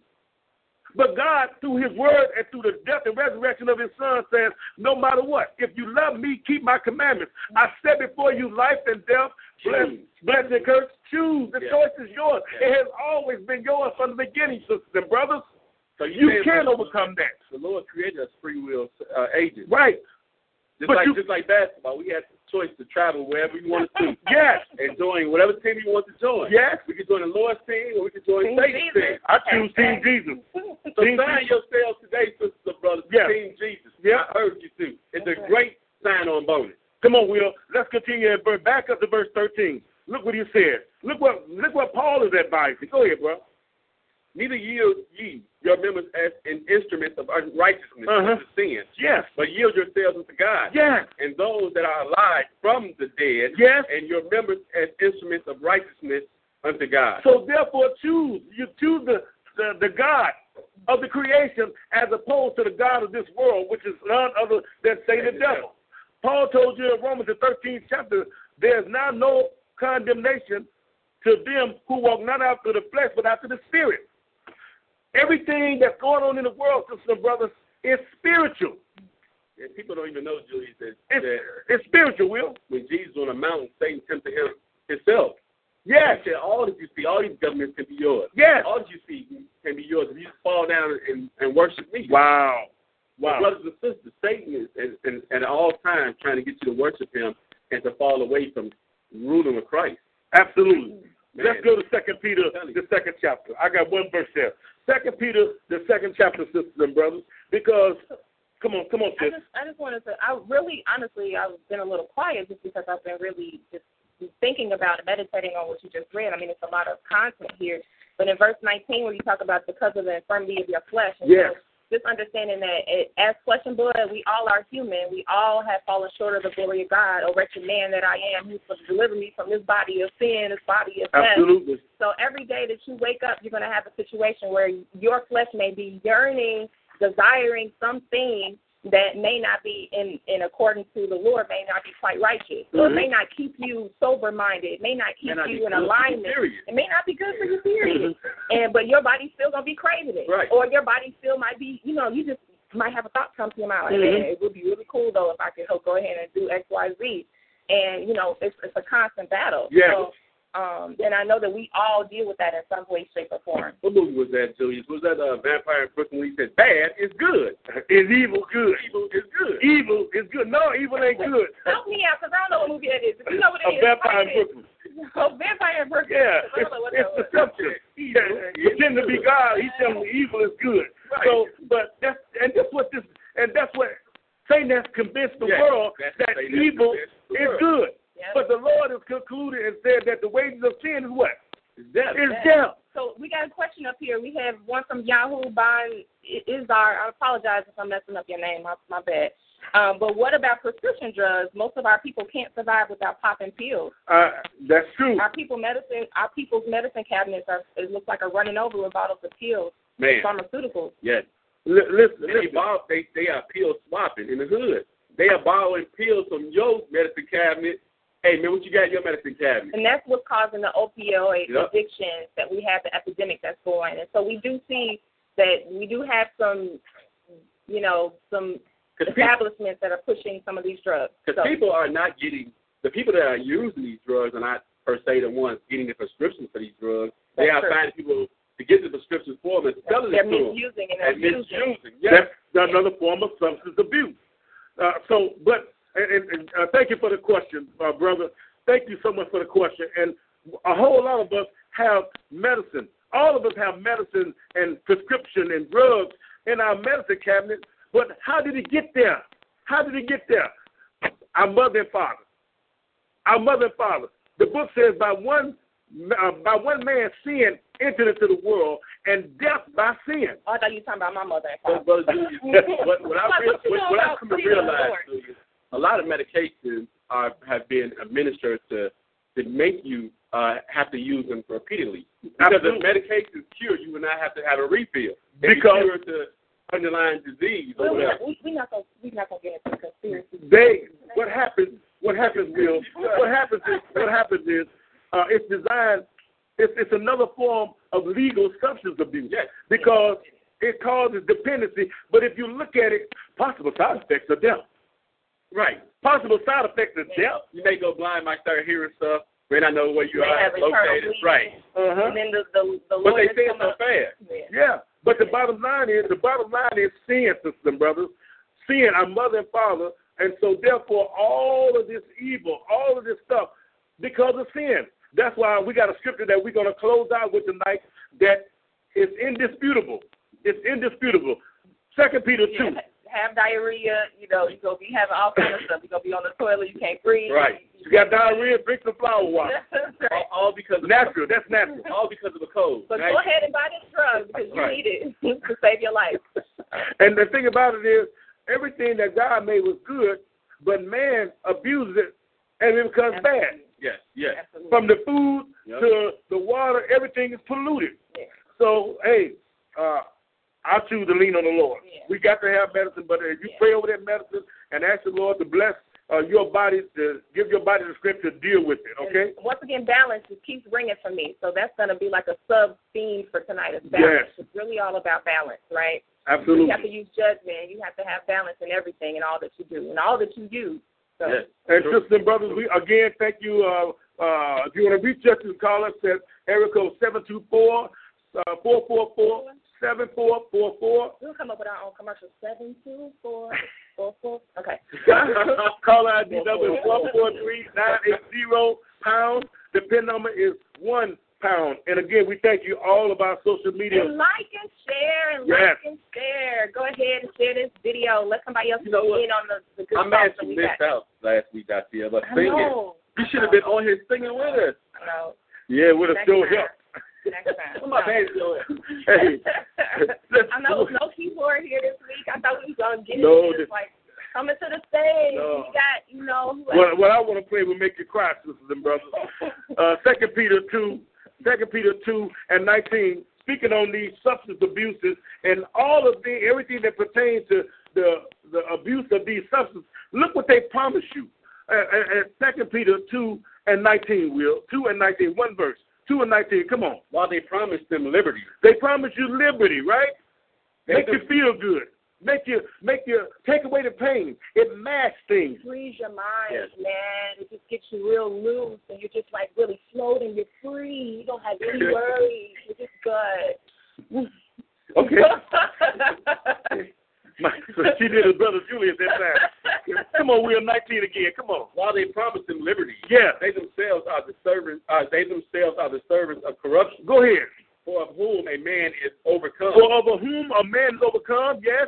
Speaker 2: But God, through his word and through the death and resurrection of his son, says, No matter what, if you love me, keep my commandments. I set before you life and death, bless,
Speaker 4: Choose.
Speaker 2: bless and curse. Choose. The
Speaker 4: Yeah.
Speaker 2: choice is yours.
Speaker 4: Yeah.
Speaker 2: It has always been yours from the beginning, sisters and brothers.
Speaker 4: So
Speaker 2: You
Speaker 4: saying
Speaker 2: can
Speaker 4: the-
Speaker 2: overcome that.
Speaker 4: The Lord created us free will uh, agents.
Speaker 2: Right.
Speaker 4: Just
Speaker 2: but
Speaker 4: like
Speaker 2: you-
Speaker 4: just like basketball, we had the choice to travel wherever you wanted to.
Speaker 2: [LAUGHS] Yes.
Speaker 4: And join whatever team you want to join.
Speaker 2: Yes.
Speaker 4: We could join the Lord's team or we could join
Speaker 3: Team
Speaker 4: Satan's team.
Speaker 3: Jesus.
Speaker 2: I choose Team Jesus.
Speaker 4: So
Speaker 2: Team
Speaker 4: sign
Speaker 2: Jesus.
Speaker 4: yourselves today, sisters and brothers, to
Speaker 2: Yeah.
Speaker 4: Team Jesus.
Speaker 2: Yeah.
Speaker 4: I urge you to. It's a
Speaker 3: Okay.
Speaker 4: great sign on bonus.
Speaker 2: Come on, Will. Let's continue at verse, back up to verse 13. Look what he said. Look what look what Paul is advising. Go ahead, bro.
Speaker 4: Neither yield ye your members as an instrument of unrighteousness
Speaker 2: Uh-huh.
Speaker 4: unto sin,
Speaker 2: Yes.
Speaker 4: but yield yourselves unto God.
Speaker 2: Yes.
Speaker 4: And those that are alive from the dead,
Speaker 2: Yes.
Speaker 4: and your members as instruments of righteousness unto God.
Speaker 2: So therefore, choose you choose the, the the God of the creation as opposed to the God of this world, which is none other than Satan the devil. Paul told you in Romans the 13th chapter, there is now no condemnation to them who walk not after the flesh but after the spirit. Everything that's going on in the world, sisters and brothers, is spiritual.
Speaker 4: and people don't even know, Julius, that,
Speaker 2: It's,
Speaker 4: that
Speaker 2: it's spiritual, Will.
Speaker 4: when Jesus was on the mountain, Satan tempted him himself.
Speaker 2: Yes.
Speaker 4: He said, All that you see, all these governments can be yours.
Speaker 2: Yes.
Speaker 4: All that you see can be yours if you just fall down and, and worship me.
Speaker 2: Wow.
Speaker 4: But Brothers and sisters, Satan is, is, is at all times trying to get you to worship him and to fall away from ruling with Christ.
Speaker 2: Absolutely.
Speaker 4: Mm-hmm. Man.
Speaker 2: Let's go to Second Peter,
Speaker 4: telling you.
Speaker 2: the second chapter. I got one verse there. Second Peter, the second chapter, sisters and brothers, because come on, come on,
Speaker 3: I
Speaker 2: sis.
Speaker 3: just, I just wanted to. I really, honestly, I've been a little quiet just because I've been really just thinking about and meditating on what you just read. I mean, it's a lot of content here. But in verse 19, where you talk about because of the infirmity of your flesh, and
Speaker 2: Yes.
Speaker 3: so just understanding that it, as flesh and blood, we all are human. We all have fallen short of the glory of God. O wretched man that I am, who's supposed to deliver me from this body of sin, this body of death.
Speaker 2: Absolutely.
Speaker 3: So every day that you wake up, you're going to have a situation where your flesh may be yearning, desiring something that may not be in in accordance to the Lord, may not be quite righteous, or it may not keep you sober minded, it may not keep
Speaker 4: Mm-hmm. May not be
Speaker 3: you in
Speaker 4: good for you,
Speaker 3: alignment,
Speaker 4: period.
Speaker 3: it may not be good for you,
Speaker 2: [LAUGHS]
Speaker 3: period. and but your body's still going to be craving it,
Speaker 4: Right.
Speaker 3: or your body still might be, you know, you just might have a thought come to your mind like,
Speaker 2: Mhm.
Speaker 3: man, it would be really cool though if I could help go ahead and do X, Y, Z. And you know, it's it's a constant battle.
Speaker 2: Yeah.
Speaker 3: So, um, and I know that we all deal with that in some way, shape, or form.
Speaker 4: What movie was that, Julius? Was that uh, Vampire in Brooklyn when he said, Bad is good?
Speaker 2: Is evil good?
Speaker 4: Evil is good.
Speaker 2: Evil is good. No, evil ain't good.
Speaker 3: Help me out, because I don't know what movie that is. If you know what it
Speaker 2: A
Speaker 3: is,
Speaker 2: vampire in
Speaker 3: type it.
Speaker 2: Brooklyn.
Speaker 3: [LAUGHS] Oh, vampire in Brooklyn.
Speaker 2: Yeah,
Speaker 3: 'cause I
Speaker 2: it's,
Speaker 3: don't know what
Speaker 2: it's
Speaker 3: that was.
Speaker 2: deception. Yeah, Pretend to be God. He's telling me evil is good.
Speaker 4: Right.
Speaker 2: So, but that's and that's what this and that's what Satan has convinced the
Speaker 4: Yeah,
Speaker 2: world
Speaker 4: that's
Speaker 2: that
Speaker 4: Satan has
Speaker 2: evil
Speaker 4: convinced the
Speaker 2: is
Speaker 4: world.
Speaker 2: good.
Speaker 3: Yeah.
Speaker 2: But the Lord has concluded and said that the wages of sin is what?
Speaker 4: It's death.
Speaker 2: Is death.
Speaker 3: So we got a question up here. We have one from Yahoo Bond Izar. I apologize if I'm messing up your name. My, my bad. Um, but what about prescription drugs? Most of our people can't survive without popping pills.
Speaker 2: Uh, that's true.
Speaker 3: Our people medicine, our people's medicine cabinets are it looks like are running over with bottles of pills,
Speaker 4: Man.
Speaker 3: pharmaceuticals.
Speaker 4: Yes.
Speaker 2: Li- listen,
Speaker 4: And they
Speaker 2: listen.
Speaker 4: borrow they they are pill swapping in the hood. They are borrowing pills from your medicine cabinet. Hey man, what you got in your medicine cabinet?
Speaker 3: And that's what's causing the opioid
Speaker 4: Yep.
Speaker 3: addiction that we have, the epidemic that's going. And so we do see that we do have some, you know, some
Speaker 4: 'Cause people,
Speaker 3: establishments that are pushing some of these drugs.
Speaker 4: 'cause
Speaker 3: So,
Speaker 4: people are not getting the people that are using these drugs are not per se the ones getting the prescriptions for these drugs. They
Speaker 3: That's
Speaker 4: are
Speaker 3: true.
Speaker 4: finding people to get the prescriptions for them and selling
Speaker 3: they're
Speaker 4: it to them
Speaker 3: misusing and
Speaker 4: and
Speaker 3: abusing.
Speaker 4: misusing. Yes.
Speaker 2: That's another form of substance abuse. Uh, so, but and, and, and uh, thank you for the question, uh, brother. Thank you so much for the question. And a whole lot of us have medicine. All of us have medicine and prescription and drugs in our medicine cabinet. But how did it get there? How did it get there? Our mother and father. Our mother and father. The book says, by one uh, by one man sin entered into the world, and death by sin.
Speaker 3: Oh, I thought you were talking about my mother and father.
Speaker 4: But, but
Speaker 3: [LAUGHS]
Speaker 4: [LAUGHS] what, what, I
Speaker 3: Like,
Speaker 4: real,
Speaker 3: what you
Speaker 4: what,
Speaker 3: know
Speaker 4: what I
Speaker 3: about
Speaker 4: come to
Speaker 3: freedom,
Speaker 4: realize
Speaker 3: Lord?
Speaker 4: is a lot of medications are have been administered to to make you uh, have to use them repeatedly. Because if
Speaker 2: Absolutely.
Speaker 4: medications cure, you would not have to have a refill. If
Speaker 2: Because-
Speaker 4: you cure to underlying disease or
Speaker 3: Well, we're
Speaker 4: whatever.
Speaker 3: not, we, we're not gonna we're not gonna get into conspiracy.
Speaker 2: they what happens what happens will what happens is what happens is uh, it's designed it's it's another form of legal substance abuse
Speaker 4: Yes.
Speaker 2: because It causes dependency, but if you look at it, possible side effects are death.
Speaker 4: Right.
Speaker 2: Possible side effects is death.
Speaker 4: You may go blind, might start hearing stuff, may not know where you
Speaker 3: They
Speaker 4: are
Speaker 3: have internal
Speaker 4: located.
Speaker 3: bleeding.
Speaker 4: Right.
Speaker 2: Uh-huh.
Speaker 3: And then the the, the
Speaker 4: But they
Speaker 3: lawyers
Speaker 4: say it's
Speaker 3: come
Speaker 4: so
Speaker 3: up-
Speaker 4: fast.
Speaker 3: Yeah.
Speaker 2: Yeah, but the bottom line is the bottom line is sin, sisters and brothers. Sin, our mother and father, and so therefore all of this evil, all of this stuff, because of sin. That's why we got a scripture that we're going to close out with tonight that is indisputable. It's indisputable. Second Peter two.
Speaker 3: Yeah, have diarrhea, you know, you gonna be having all kinds of stuff. You gonna be on the toilet, you can't breathe.
Speaker 4: Right.
Speaker 2: You got diarrhea, drink some flour
Speaker 3: [LAUGHS]
Speaker 2: water.
Speaker 3: Right.
Speaker 4: All, all because of
Speaker 2: Natural. That's natural.
Speaker 4: all because of a cold.
Speaker 3: But
Speaker 4: Right?
Speaker 3: go ahead and buy this drug because you
Speaker 4: Right.
Speaker 3: need it [LAUGHS] to save your
Speaker 4: [LAUGHS]
Speaker 3: life.
Speaker 2: And the thing about it is, everything that God made was good, but man abuses it, and it becomes bad.
Speaker 4: Yes, yes.
Speaker 3: Absolutely.
Speaker 2: From the food
Speaker 4: Yep.
Speaker 2: to the water, everything is polluted.
Speaker 3: Yeah.
Speaker 2: So, hey, uh, I choose to lean on the Lord.
Speaker 3: Yeah.
Speaker 2: We got to have medicine, but if you
Speaker 3: Yeah.
Speaker 2: pray over that medicine and ask the Lord to bless uh, your body, to give your body the strength to deal with it, okay?
Speaker 3: And Once again, balance just keeps ringing for me. So that's going to be like a sub theme for tonight. Is balance.
Speaker 2: Yes.
Speaker 3: It's really all about balance, right? You have to
Speaker 2: Absolutely.
Speaker 3: use judgment. You have to have balance in everything and all that you do and all that you use. So
Speaker 4: Yes.
Speaker 2: And sisters and brothers, we again thank you. Uh, uh, if you want to reach us, you can call us at area code 724 uh, 444 7444.
Speaker 3: we'll come up with our own commercial. Seven two four four four. Okay.
Speaker 2: [LAUGHS] Call ID number is 143980 pound. The PIN number is one pound. And again, we thank you all of our social
Speaker 3: And
Speaker 2: media.
Speaker 3: like and share and
Speaker 2: Yes.
Speaker 3: like and share. Go ahead and share this video. Let somebody else
Speaker 4: You know what?
Speaker 3: in on the, the good
Speaker 4: I'm
Speaker 3: stuff
Speaker 4: mad
Speaker 3: that
Speaker 4: you
Speaker 3: we
Speaker 4: missed
Speaker 3: got.
Speaker 4: out last week, I feel, but
Speaker 3: I
Speaker 4: singing.
Speaker 3: know.
Speaker 4: You should have been on here singing with us.
Speaker 3: I know.
Speaker 2: Yeah, with us
Speaker 3: Next
Speaker 2: still
Speaker 3: time.
Speaker 2: help.
Speaker 3: Next
Speaker 2: [LAUGHS]
Speaker 3: time.
Speaker 4: Where my
Speaker 3: No.
Speaker 4: pants
Speaker 3: [LAUGHS]
Speaker 4: going?
Speaker 2: Hey,
Speaker 3: I know there's no keyboard here this week. I thought we was gonna get
Speaker 2: No,
Speaker 3: it.
Speaker 2: this-
Speaker 3: It's like coming to the stage.
Speaker 2: No.
Speaker 3: We got you know. who else?
Speaker 2: what, what I want to play will make you cry, sisters and
Speaker 4: [LAUGHS]
Speaker 2: brothers. Uh, Second Peter two, Second Peter two and nineteen, speaking on these substance abuses and all of the everything that pertains to the the abuse of these substances. Look what they promise you. Uh, Second Peter two and nineteen, will two and nineteen, one verse, two and nineteen. Come on,
Speaker 4: While they promised them liberty,
Speaker 2: they promise you liberty, right?
Speaker 4: They
Speaker 2: Make
Speaker 4: do.
Speaker 2: you feel good. Make you make you take away the pain. It masks things.
Speaker 3: Frees your mind,
Speaker 4: Yes.
Speaker 3: man. It just gets you real loose, and you're just like really floating. You're free. You don't have any worries. You're just good.
Speaker 4: [LAUGHS]
Speaker 2: Okay. My, she did as brother Julius that time. Come on, we're 19 again. Come on.
Speaker 4: while they promised them liberty,
Speaker 2: Yeah.
Speaker 4: they themselves are the servants. Uh, they themselves are the servants of corruption,
Speaker 2: Go ahead.
Speaker 4: for of whom a man is overcome,
Speaker 2: For over whom a man is overcome, yes.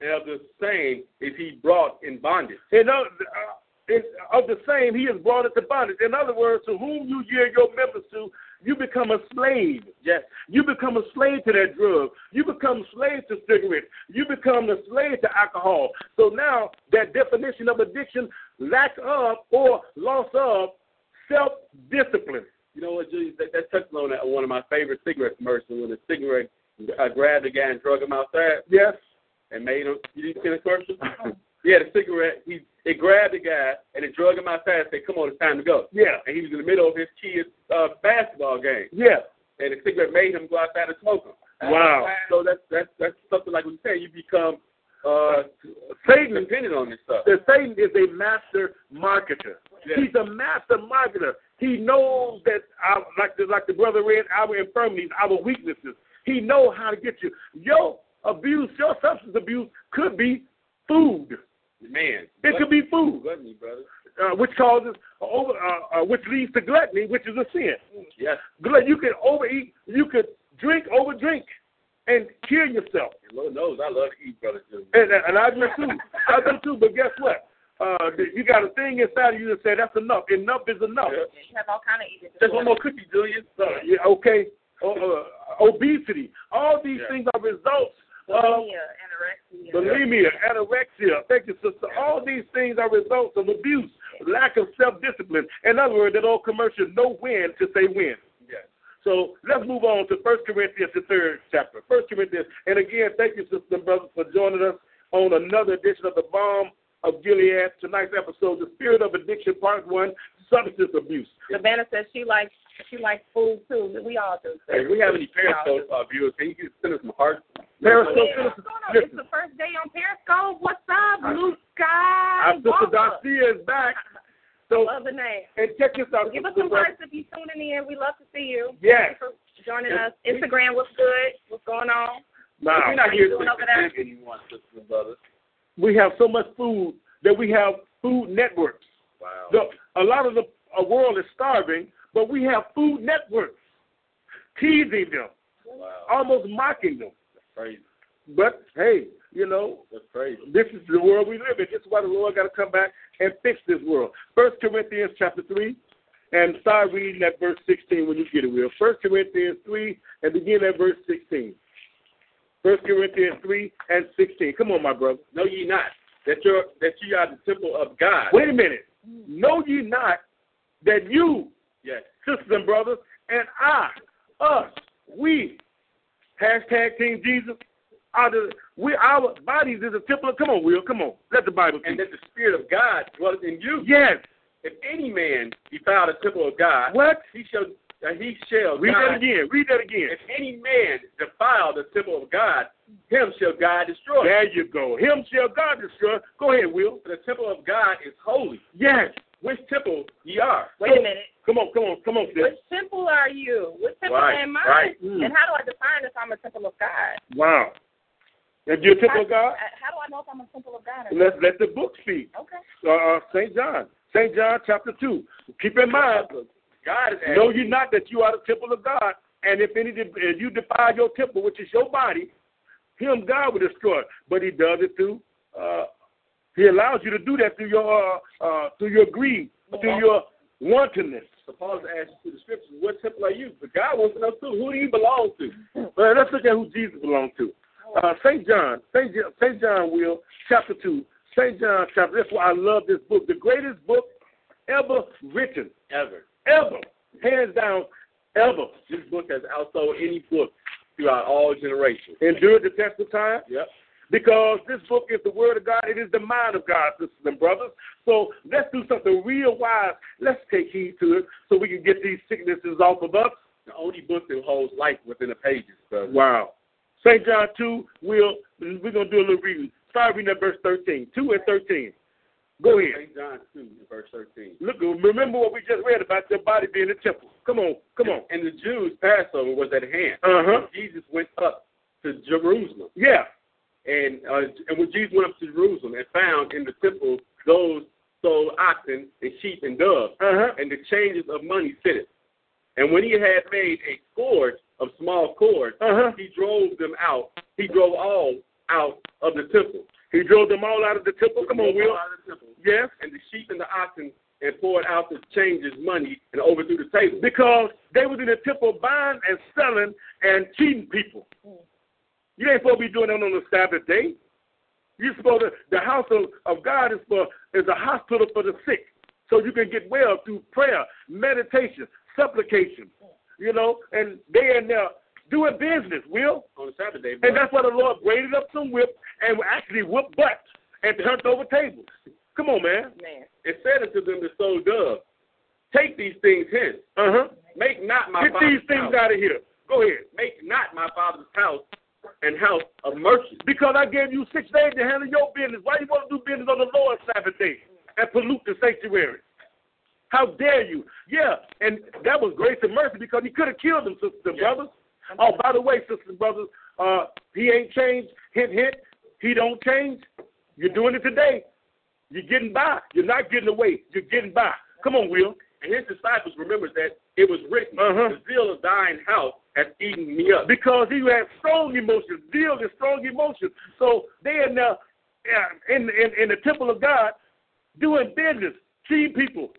Speaker 4: and of the same is he brought in bondage.
Speaker 2: And of, uh, is of the same, he is brought into bondage. In other words, to whom you yield your members to, you become a slave.
Speaker 4: Yes,
Speaker 2: You become a slave to that drug. You become a slave to cigarettes. You become a slave to alcohol. So now that definition of addiction, lack of or loss of self discipline.
Speaker 4: you know what, Julius? That, that touched on that, one of my favorite cigarette commercials when the cigarette uh, grabbed the guy and drug him outside
Speaker 2: Yes.
Speaker 4: and made him. You didn't see the
Speaker 2: [LAUGHS]
Speaker 4: commercial? yeah, the cigarette. He it grabbed the guy and it drug him outside and said, "Come on, it's time to go."
Speaker 2: Yeah.
Speaker 4: And he was in the middle of his kid's uh, basketball game.
Speaker 2: Yeah.
Speaker 4: and the cigarette made him go outside and smoke them.
Speaker 2: Wow.
Speaker 4: So that's that's that's something like we say you become uh
Speaker 2: Satan
Speaker 4: dependent on this stuff.
Speaker 2: the Satan is a master marketer.
Speaker 4: Yes.
Speaker 2: He's a master marketer. He knows that our, like the like the brother read, our infirmities, our weaknesses. He knows how to get you. Your abuse, your substance abuse could be food.
Speaker 4: Man,
Speaker 2: It could be food,
Speaker 4: gluttony, brother.
Speaker 2: uh, which causes over, uh, uh, which leads to gluttony, which is a sin.
Speaker 4: Yes,
Speaker 2: Glut- You could overeat, you could drink, overdrink, and kill yourself.
Speaker 4: and Lord knows I love to eat, brother. Junior.
Speaker 2: And, and I do too. I do too. But guess what? Uh, you got a thing inside of you that says that's enough. Enough is enough.
Speaker 4: Yeah.
Speaker 3: You have all kind of eating
Speaker 4: Just
Speaker 3: disorders.
Speaker 4: one more cookie, Julius.
Speaker 2: Uh, yeah, okay. O- uh, obesity. All these
Speaker 4: Yeah.
Speaker 2: things are results of
Speaker 3: bulimia, anorexia.
Speaker 2: bulimia, anorexia. Thank you, sister. All these things are results of abuse, lack of self-discipline. In other words, that old commercial, "Know when to say when."
Speaker 4: Yes.
Speaker 2: So let's move on to First Corinthians, the third chapter. First Corinthians, and again, thank you, sisters and brothers, for joining us on another edition of the Bomb of Gilead. Tonight's episode, the Spirit of Addiction, Part One, Substance Abuse.
Speaker 3: Savannah says she likes she likes food too. We all do.
Speaker 4: Hey, if we have any parents,
Speaker 3: We all
Speaker 4: so,
Speaker 3: do.
Speaker 4: uh, viewers, can you just send us some hearts?
Speaker 2: Periscope
Speaker 3: Yeah,
Speaker 2: Citizen.
Speaker 3: hold on. It's
Speaker 2: Listen,
Speaker 3: the first day on Periscope. What's up, Luke
Speaker 2: our
Speaker 3: Sky?
Speaker 2: sister Docia is back. So,
Speaker 3: Love the name.
Speaker 2: and check this out.
Speaker 3: Give us
Speaker 2: sister
Speaker 3: some
Speaker 2: Brett.
Speaker 3: hearts if you're tuning in. We love to see you.
Speaker 2: Yes.
Speaker 3: Thank you for joining us. Instagram, what's good? What's going on?
Speaker 2: Nah,
Speaker 3: We're
Speaker 2: we're not here to
Speaker 3: Doing over there.
Speaker 4: anyone, sisters and brothers.
Speaker 2: we have so much food that we have food networks.
Speaker 4: Wow.
Speaker 2: The, a lot of the uh, world is starving, but we have food networks teasing them,
Speaker 4: wow.
Speaker 2: almost mocking them.
Speaker 4: That's crazy.
Speaker 2: But hey, you know,
Speaker 4: That's crazy.
Speaker 2: this is the world we live in. This is why the Lord got to come back and fix this world. First Corinthians chapter three, and start reading at verse sixteen when you get it. Will First Corinthians three and begin at verse sixteen. First Corinthians three and sixteen. Come on, my brother.
Speaker 4: Know ye not that you're that ye are the temple of God. Mm.
Speaker 2: Wait a minute. Know ye not that you,
Speaker 4: Yes.
Speaker 2: sisters and brothers, and I, us, we, hashtag King Jesus, are the, we, our bodies is a temple. of- Come on, Will. Come on. Let the Bible
Speaker 4: And
Speaker 2: teach.
Speaker 4: that the Spirit of God dwelleth in you.
Speaker 2: Yes.
Speaker 4: If any man defile the temple of God,
Speaker 2: What?
Speaker 4: he shall uh, he shall
Speaker 2: Read
Speaker 4: God,
Speaker 2: that again. Read that again.
Speaker 4: If any man defile the temple of God, him shall God destroy.
Speaker 2: There you go. Him shall God destroy. Go ahead, Will.
Speaker 4: For the temple of God is holy,
Speaker 2: Yes.
Speaker 4: which temple ye are.
Speaker 3: Wait a minute.
Speaker 2: Come on, come on, come on, sis.
Speaker 3: Which temple are you? Which temple
Speaker 4: Right,
Speaker 3: am I?
Speaker 4: right.
Speaker 2: Mm.
Speaker 3: And how do I define if I'm a temple of God?
Speaker 2: Wow. If you're a temple of God,
Speaker 3: How do I know if I'm a temple of God? Or not?
Speaker 2: let, let the book speak.
Speaker 3: Okay.
Speaker 2: Uh, St. John. St. John chapter 2. Keep in mind,
Speaker 4: God is asking
Speaker 2: Know you not that you are the temple of God, and if any if you defile your temple, which is your body, him God will destroy. But he does it through uh, he allows you to do that through your uh, uh, through your greed, through your wantonness.
Speaker 4: So Paul is asking through the scriptures, what temple are you? But God wants to know too, who do you belong to?
Speaker 2: But let's look at who Jesus belonged to. Uh, St. John, St. John, St. John will, chapter 2, St. John chapter, that's why I love this book, the greatest book ever written,
Speaker 4: Ever.
Speaker 2: ever, hands down, ever,
Speaker 4: This book has outsold any book throughout all generations.
Speaker 2: endured the test of time,
Speaker 4: Yep.
Speaker 2: because this book is the word of God. It is the mind of God, sisters and brothers. So let's do something real wise. Let's take heed to it so we can get these sicknesses off of us.
Speaker 4: The only book that holds life within the pages, brother.
Speaker 2: Wow. St. John 2, we'll, we're going to do a little reading. Start reading at verse 13, 2 and 13. Go ahead.
Speaker 4: St. John 2, and verse 13.
Speaker 2: Look, remember what we just read about your body being a temple. Come on, come on.
Speaker 4: And the Jews' Passover was at hand.
Speaker 2: Uh-huh.
Speaker 4: Jesus went up to Jerusalem.
Speaker 2: Yeah.
Speaker 4: And uh, and when Jesus went up to Jerusalem and found in the temple those sold oxen and sheep and doves,
Speaker 2: Uh-huh.
Speaker 4: and the changers of money sitteth. And when he had made a scourge of small cords,
Speaker 2: Uh-huh.
Speaker 4: he drove them out. He drove all out of the temple.
Speaker 2: He drove them all out of the temple. Come on,
Speaker 4: He drove
Speaker 2: Will.
Speaker 4: all out of the temple.
Speaker 2: Yes.
Speaker 4: And the sheep and the oxen and poured out the changers' money and overthrew the table.
Speaker 2: because they was in the temple buying and selling and cheating people. You ain't supposed to be doing that on the Sabbath day. You supposed to the house of, of God is for is a hospital for the sick. So you can get well through prayer, meditation, supplication, you know, and they and there doing business, Will.
Speaker 4: on the Saturday.
Speaker 2: And that's why the Lord braided up some whip and actually whipped butt and turned over tables. Come on, man.
Speaker 3: Man.
Speaker 4: and said unto them that sold doves, Take these things hence.
Speaker 2: Uh huh.
Speaker 4: Make not my
Speaker 2: Get
Speaker 4: father's
Speaker 2: these things
Speaker 4: house.
Speaker 2: out of here. Go ahead.
Speaker 4: Make not my father's house and house of merchants.
Speaker 2: Because I gave you six days to handle your business. Why you want to do business on the Lord's Sabbath day and pollute the sanctuary? How dare you? Yeah, and that was grace and mercy because he could have killed them, sisters and brothers. Oh, by the way, sisters and brothers, uh, he ain't changed. Hint, hint. He don't change. You're doing it today. You're getting by. You're not getting away. You're getting by. Come on, Will.
Speaker 4: And his disciples remembered that it was written,
Speaker 2: Uh-huh.
Speaker 4: The zeal of thine house hath eaten me up.
Speaker 2: because he had strong emotions, deal with strong emotions. So they in the uh, in, in in the temple of God doing business, cheating people.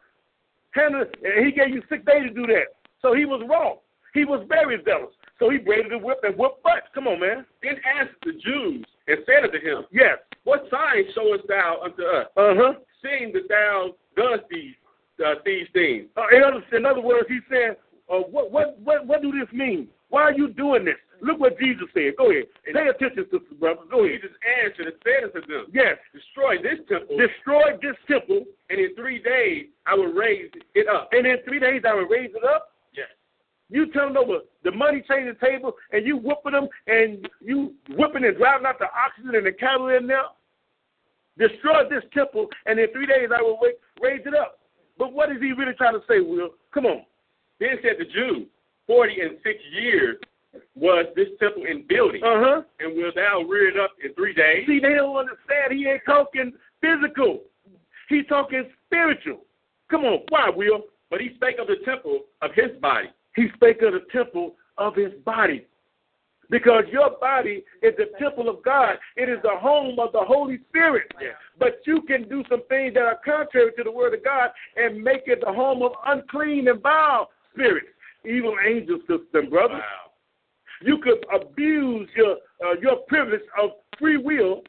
Speaker 2: Hannah, and he gave you six days to do that. So he was wrong. He was very zealous. So he braided the whip and whipped butt. Come on, man.
Speaker 4: Then asked the Jews and said unto him,
Speaker 2: Yes.
Speaker 4: What sign showest thou unto us,
Speaker 2: Uh huh.
Speaker 4: seeing that thou dost these uh, these things?
Speaker 2: Uh, in, other, in other words, he said, uh, what, what, what, what do this mean? Why are you doing this? Look what Jesus said. Go ahead. Pay attention, sisters, brothers. Go ahead.
Speaker 4: Jesus answered and said unto them,
Speaker 2: Yes.
Speaker 4: Destroy this temple,
Speaker 2: Destroy this temple,
Speaker 4: and in three days I will raise it up.
Speaker 2: and in three days I will raise it up.
Speaker 4: Yes.
Speaker 2: You turning over the money changing table and you whooping them and you whipping and driving out the oxygen and the cattle in there. Destroy this temple and in three days I will wake, raise it up. But what is he really trying to say, Will? Come on.
Speaker 4: Then said the Jews, forty and six years was this temple in building,
Speaker 2: Uh huh.
Speaker 4: and will thou rear it up in three days?
Speaker 2: See, they don't understand. He ain't talking physical. He talking spiritual. Come on, why, Will?
Speaker 4: But he spake of the temple of his body.
Speaker 2: He spake of the temple of his body. Because your body is the temple of God. It is the home of the Holy Spirit. But you can do some things that are contrary to the word of God and make it the home of unclean and vile spirits, evil angel system, brother.
Speaker 4: Wow.
Speaker 2: You could abuse your uh, your privilege of free will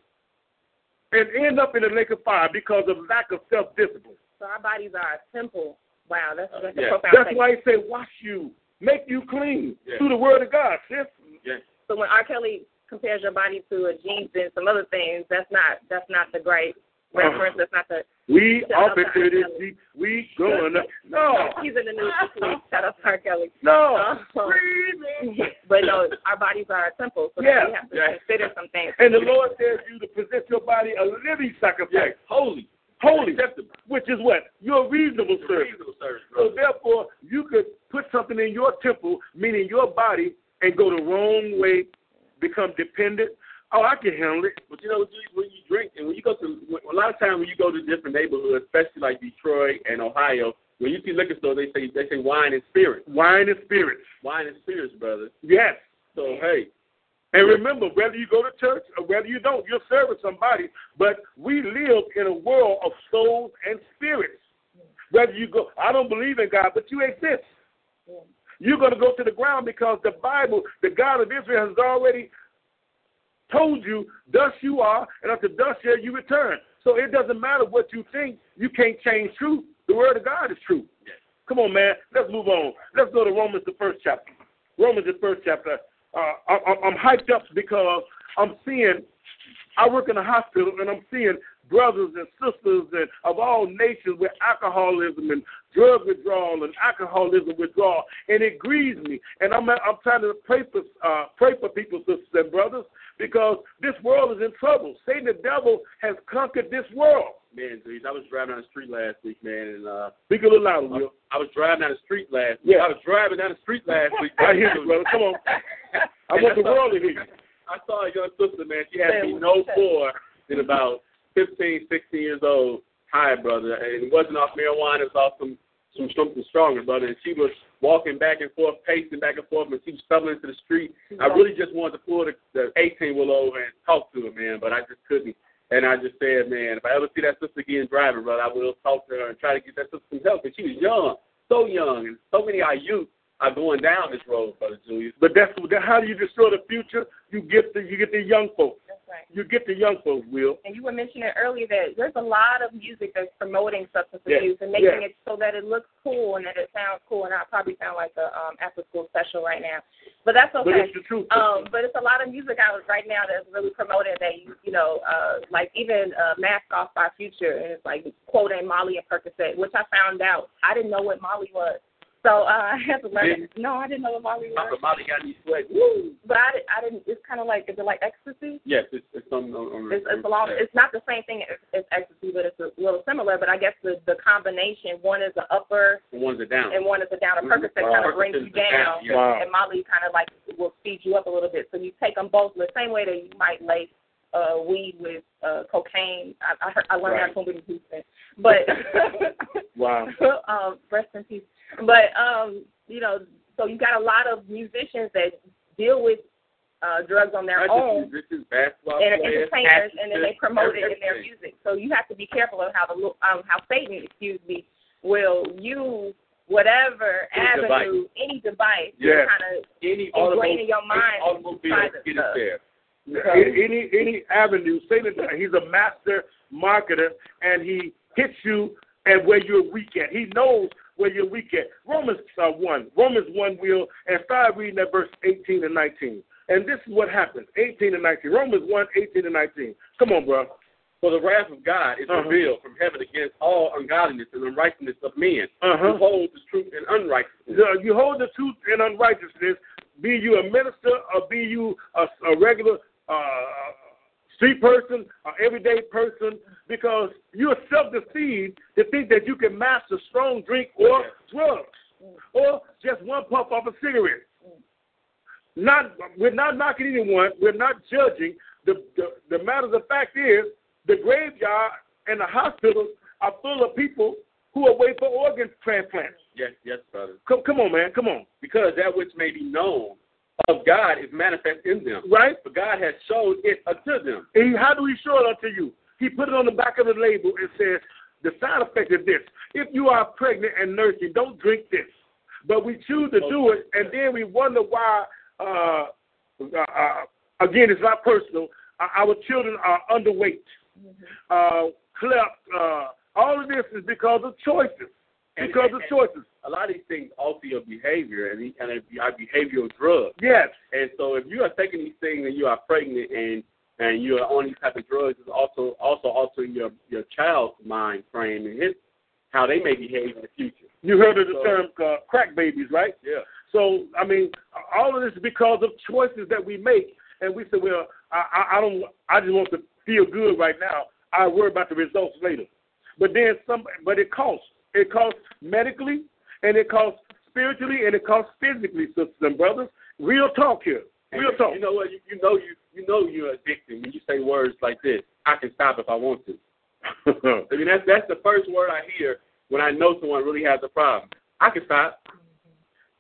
Speaker 2: and end up in the lake of fire because of lack of self discipline.
Speaker 3: So our bodies are a temple. Wow, that's, that's
Speaker 4: Yeah.
Speaker 3: a profound
Speaker 2: That's
Speaker 3: thing.
Speaker 2: why he say, wash you, make you clean
Speaker 4: Yeah.
Speaker 2: through the word of God, sis.
Speaker 4: Yes.
Speaker 3: So when R. Kelly compares your body to a jeans and some other things, that's not that's not the right reference. That's not the
Speaker 2: We
Speaker 3: Shut
Speaker 2: up
Speaker 3: up,
Speaker 2: into
Speaker 3: R.
Speaker 2: this
Speaker 3: Kelly.
Speaker 2: deep, we going up. No,
Speaker 4: [LAUGHS]
Speaker 3: he's in the news this week. [LAUGHS] Shout out to R. Kelly.
Speaker 2: no.
Speaker 4: Uh-huh.
Speaker 3: Oh.
Speaker 2: Breathe in.
Speaker 3: But no, our bodies are a temple, so
Speaker 2: Yeah.
Speaker 3: we have to
Speaker 4: Yeah.
Speaker 3: consider some things.
Speaker 2: And the Lord says you to present your body a living
Speaker 4: Yes.
Speaker 2: sacrifice,
Speaker 4: Holy.
Speaker 2: holy,
Speaker 4: Acceptable.
Speaker 2: which is what? Your reasonable service.
Speaker 4: Reasonable service,
Speaker 2: So
Speaker 4: brother.
Speaker 2: therefore, you could put something in your temple, meaning your body, and go the wrong way, become dependent. Oh, I can handle it.
Speaker 4: But you know, you- when you drink and when you go to, when- a lot of times when you go to different neighborhoods, especially like Detroit and Ohio, when you see liquor stores, they say they say wine and spirits,
Speaker 2: Wine and spirits.
Speaker 4: wine and spirits, brother.
Speaker 2: Yes.
Speaker 4: So hey,
Speaker 2: And remember, whether you go to church or whether you don't, you're serving somebody. But we live in a world of souls and spirits. Whether you go, I don't believe in God, but you exist. You're going to go to the ground because the Bible, the God of Israel, has already told you, thus you are, and unto thus shall you return. So it doesn't matter what you think, you can't change truth. The Word of God is true. Come on, man. Let's move on. Let's go to Romans, the first chapter. Romans, the first chapter. Uh, I, I- I'm hyped up because I'm seeing, I work in a hospital and I'm seeing brothers and sisters and of all nations with alcoholism and drug withdrawal and alcoholism withdrawal, and it grieves me. And I'm I'm trying to pray for uh, pray for people, sisters and brothers, because this world is in trouble. Satan, the devil, has conquered this world.
Speaker 4: man, dude, I was driving down the street last week, man, and uh,
Speaker 2: Speak a little louder,
Speaker 4: I,
Speaker 2: Will.
Speaker 4: I was driving down the street last.
Speaker 2: Yeah.
Speaker 4: I was driving down the street last [LAUGHS] week.
Speaker 2: I hear you, brother. Come on. I want the world to hear you.
Speaker 4: I saw a young sister, man. She had to be no more than about 15, 16 years old, high, brother. And it wasn't off marijuana. It was off some, some something stronger, brother. And she was walking back and forth, pacing back and forth, and she was stumbling into the street. I really just wanted to pull the, the 18 wheel over and talk to her, man, but I just couldn't. And I just said, man, if I ever see that sister again driving, brother, I will talk to her and try to get that sister some help. And she was young, so young, and so many of our youth are going down this road, brother Julius.
Speaker 2: But that's that, how do you destroy the future? You get the you get the young folks.
Speaker 3: That's right.
Speaker 2: You get the young folks, Will.
Speaker 3: And you were mentioning earlier that there's a lot of music that's promoting substance
Speaker 2: Yes,
Speaker 3: abuse and making
Speaker 2: yes.
Speaker 3: it so that it looks cool and that it sounds cool. And I probably sound like a um, after school special right now, but that's okay.
Speaker 2: But it's the truth.
Speaker 3: Um, but it's a lot of music out right now that's really promoted that you, you know, uh, like even uh, "Mask Off" by Future, and it's like quoting Molly and Percocet, which I found out I didn't know what Molly was, so uh, [LAUGHS] I had to learn. No, I didn't know what Molly
Speaker 4: My
Speaker 3: was,
Speaker 4: body got me sweating.
Speaker 3: but I, di- I didn't. It's kind of like is it like ecstasy?
Speaker 4: Yes, it's, it's something on, on
Speaker 3: It's, it's a long. It's not the same thing as, as ecstasy, but it's a little similar. But I guess the the combination one is the upper
Speaker 4: the ones that down.
Speaker 3: and one is a downer.
Speaker 4: Mhm.
Speaker 3: Percocet
Speaker 4: Wow.
Speaker 3: kind of brings you
Speaker 4: Percocet's the down,
Speaker 3: down,
Speaker 4: yeah. Oh.
Speaker 2: Wow.
Speaker 3: and Molly kind of like will speed you up a little bit. So you take them both the same way that you might lace uh, weed with uh, cocaine. I I, heard, I learned
Speaker 4: Right.
Speaker 3: that from Whitney Houston, but
Speaker 2: Wow.
Speaker 3: [LAUGHS] um, rest in peace. But um, you know, so you got a lot of musicians that deal with uh, drugs on their
Speaker 4: Not
Speaker 3: own
Speaker 4: just musicians, basketball
Speaker 3: and are
Speaker 4: players,
Speaker 3: entertainers, and then they
Speaker 4: actors,
Speaker 3: promote it in their
Speaker 4: everything.
Speaker 3: music. So you have to be careful of how the lo- um, how Satan, excuse me, will use whatever
Speaker 4: Any
Speaker 3: avenue, any device,
Speaker 2: Yes.
Speaker 3: to kind of
Speaker 4: Any
Speaker 3: ingrained
Speaker 4: automobile,
Speaker 3: in your mind
Speaker 4: any automobile
Speaker 3: by the
Speaker 4: get it
Speaker 3: stuff.
Speaker 4: there.
Speaker 2: any any avenue. Satan, he's a master marketer, and he hits you and where you're weak at. He knows where you're weak at. Romans uh, one, Romans one will, and start reading at verse 18 and 19. And this is what happens, 18 and 19. Romans 1, 18 and 19. Come on, bro.
Speaker 4: For the wrath of God is
Speaker 2: Uh-huh.
Speaker 4: revealed from heaven against all ungodliness and unrighteousness of men,
Speaker 2: Uh-huh.
Speaker 4: who hold the truth in unrighteousness.
Speaker 2: The- You hold the truth in unrighteousness, be you a minister or be you a, a regular uh, street person or everyday person, because you're self deceived to think that you can master strong drink or drugs or just one puff off a cigarette. Not we're not knocking anyone. We're not judging. The, the the matter of the fact is the graveyard and the hospitals are full of people who are waiting for organ transplants.
Speaker 4: Yes, yes, brother.
Speaker 2: Come, come on, man. Come on.
Speaker 4: Because that which may be known of God is manifest in them.
Speaker 2: Right?
Speaker 4: For God has showed it unto them.
Speaker 2: And how do he show it unto you? He put it on the back of the label and says, the side effect is this. If you are pregnant and nursing, don't drink this. But we choose to do it, and then we wonder why, uh, uh, again, it's not personal, uh, our children are underweight,
Speaker 4: Mm-hmm.
Speaker 2: uh, cleft. Uh, all of this is because of choices.
Speaker 4: And-
Speaker 2: Because
Speaker 4: and-
Speaker 2: of
Speaker 4: and-
Speaker 2: choices.
Speaker 4: A lot of these things alter your behavior and, the- and our behavioral drugs.
Speaker 2: Yes.
Speaker 4: And so if you are taking these things and you are pregnant and and you are on these type of drugs, it's also also altering your your child's mind frame and his how they may behave in the future.
Speaker 2: You heard of the
Speaker 4: So-
Speaker 2: term uh, crack babies, right?
Speaker 4: Yeah.
Speaker 2: So I mean, all of this is because of choices that we make, and we say, well, I, I, I don't, I just want to feel good right now. I worry about the results later. But then some, but it costs. It costs medically, and it costs spiritually, and it costs physically, sisters and brothers. Real talk here.
Speaker 4: And
Speaker 2: Real talk.
Speaker 4: You know what? You, you know you you know you're addicted when you say words like this. I can stop if I want to. I mean that's that's the first word I hear when I know someone really has a problem. I can stop,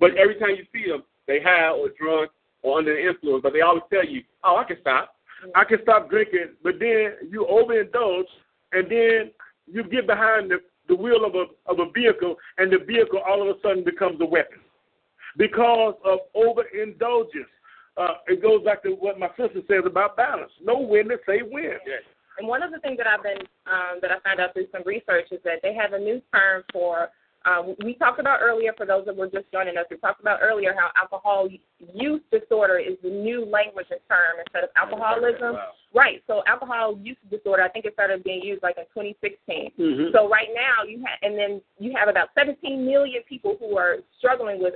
Speaker 4: but every time you see them, they high or drunk or under the influence. But they always tell you, "Oh, I can stop."
Speaker 2: I can stop drinking, but then you overindulge, and then you get behind the, the wheel of a of a vehicle, and the vehicle all of a sudden becomes a weapon because of overindulgence. Uh, it goes back to what my sister says about balance. Know when to say when.
Speaker 3: And one of the things that I've been um, that I found out through some research is that they have a new term for. Um, we talked about earlier for those that were just joining us. We talked about earlier how alcohol use disorder is the new language and term instead of alcoholism.
Speaker 4: Wow.
Speaker 3: Right. So alcohol use disorder, I think it started being used like in 2016.
Speaker 4: Mm-hmm.
Speaker 3: So right now you have, and then you have about 17 million people who are struggling with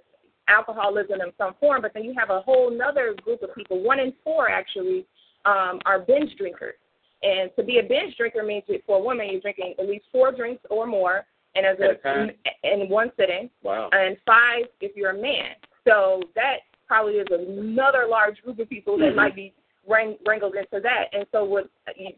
Speaker 3: alcoholism in some form. But then you have a whole other group of people. One in four actually um, are binge drinkers. And to be a binge drinker means that for a woman you're drinking at least four drinks or more, and as
Speaker 4: At a
Speaker 3: a
Speaker 4: time?
Speaker 3: in one sitting
Speaker 4: Wow.
Speaker 3: and five if you're a man. So that probably is another large group of people that might be wrang- wrangled into that. And so with,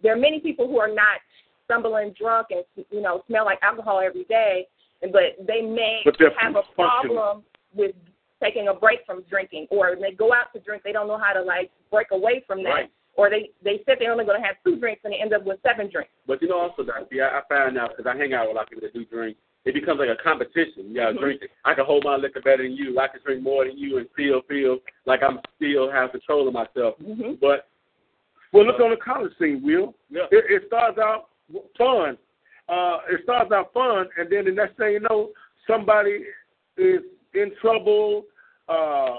Speaker 3: there are many people who are not stumbling drunk and you know smell like alcohol every day, but they may
Speaker 2: But they're
Speaker 3: have a
Speaker 2: functional.
Speaker 3: problem with taking a break from drinking, or they go out to drink, they don't know how to like break away from that.
Speaker 4: Right.
Speaker 3: Or they they said they're only going to have two drinks and they end up with seven drinks.
Speaker 4: But you know, also, Dr. I, I found out because I hang out with a lot of people that do drink. It becomes like a competition. You gotta
Speaker 2: Mm-hmm.
Speaker 4: drink it. I can hold my liquor better than you. I can drink more than you, and still feel like I'm still have control of myself.
Speaker 2: Mm-hmm.
Speaker 4: But
Speaker 2: Well, look on the college scene, Will.
Speaker 4: Yeah.
Speaker 2: It, it starts out fun. Uh, it starts out fun, and then the next thing you know, somebody is in trouble, uh,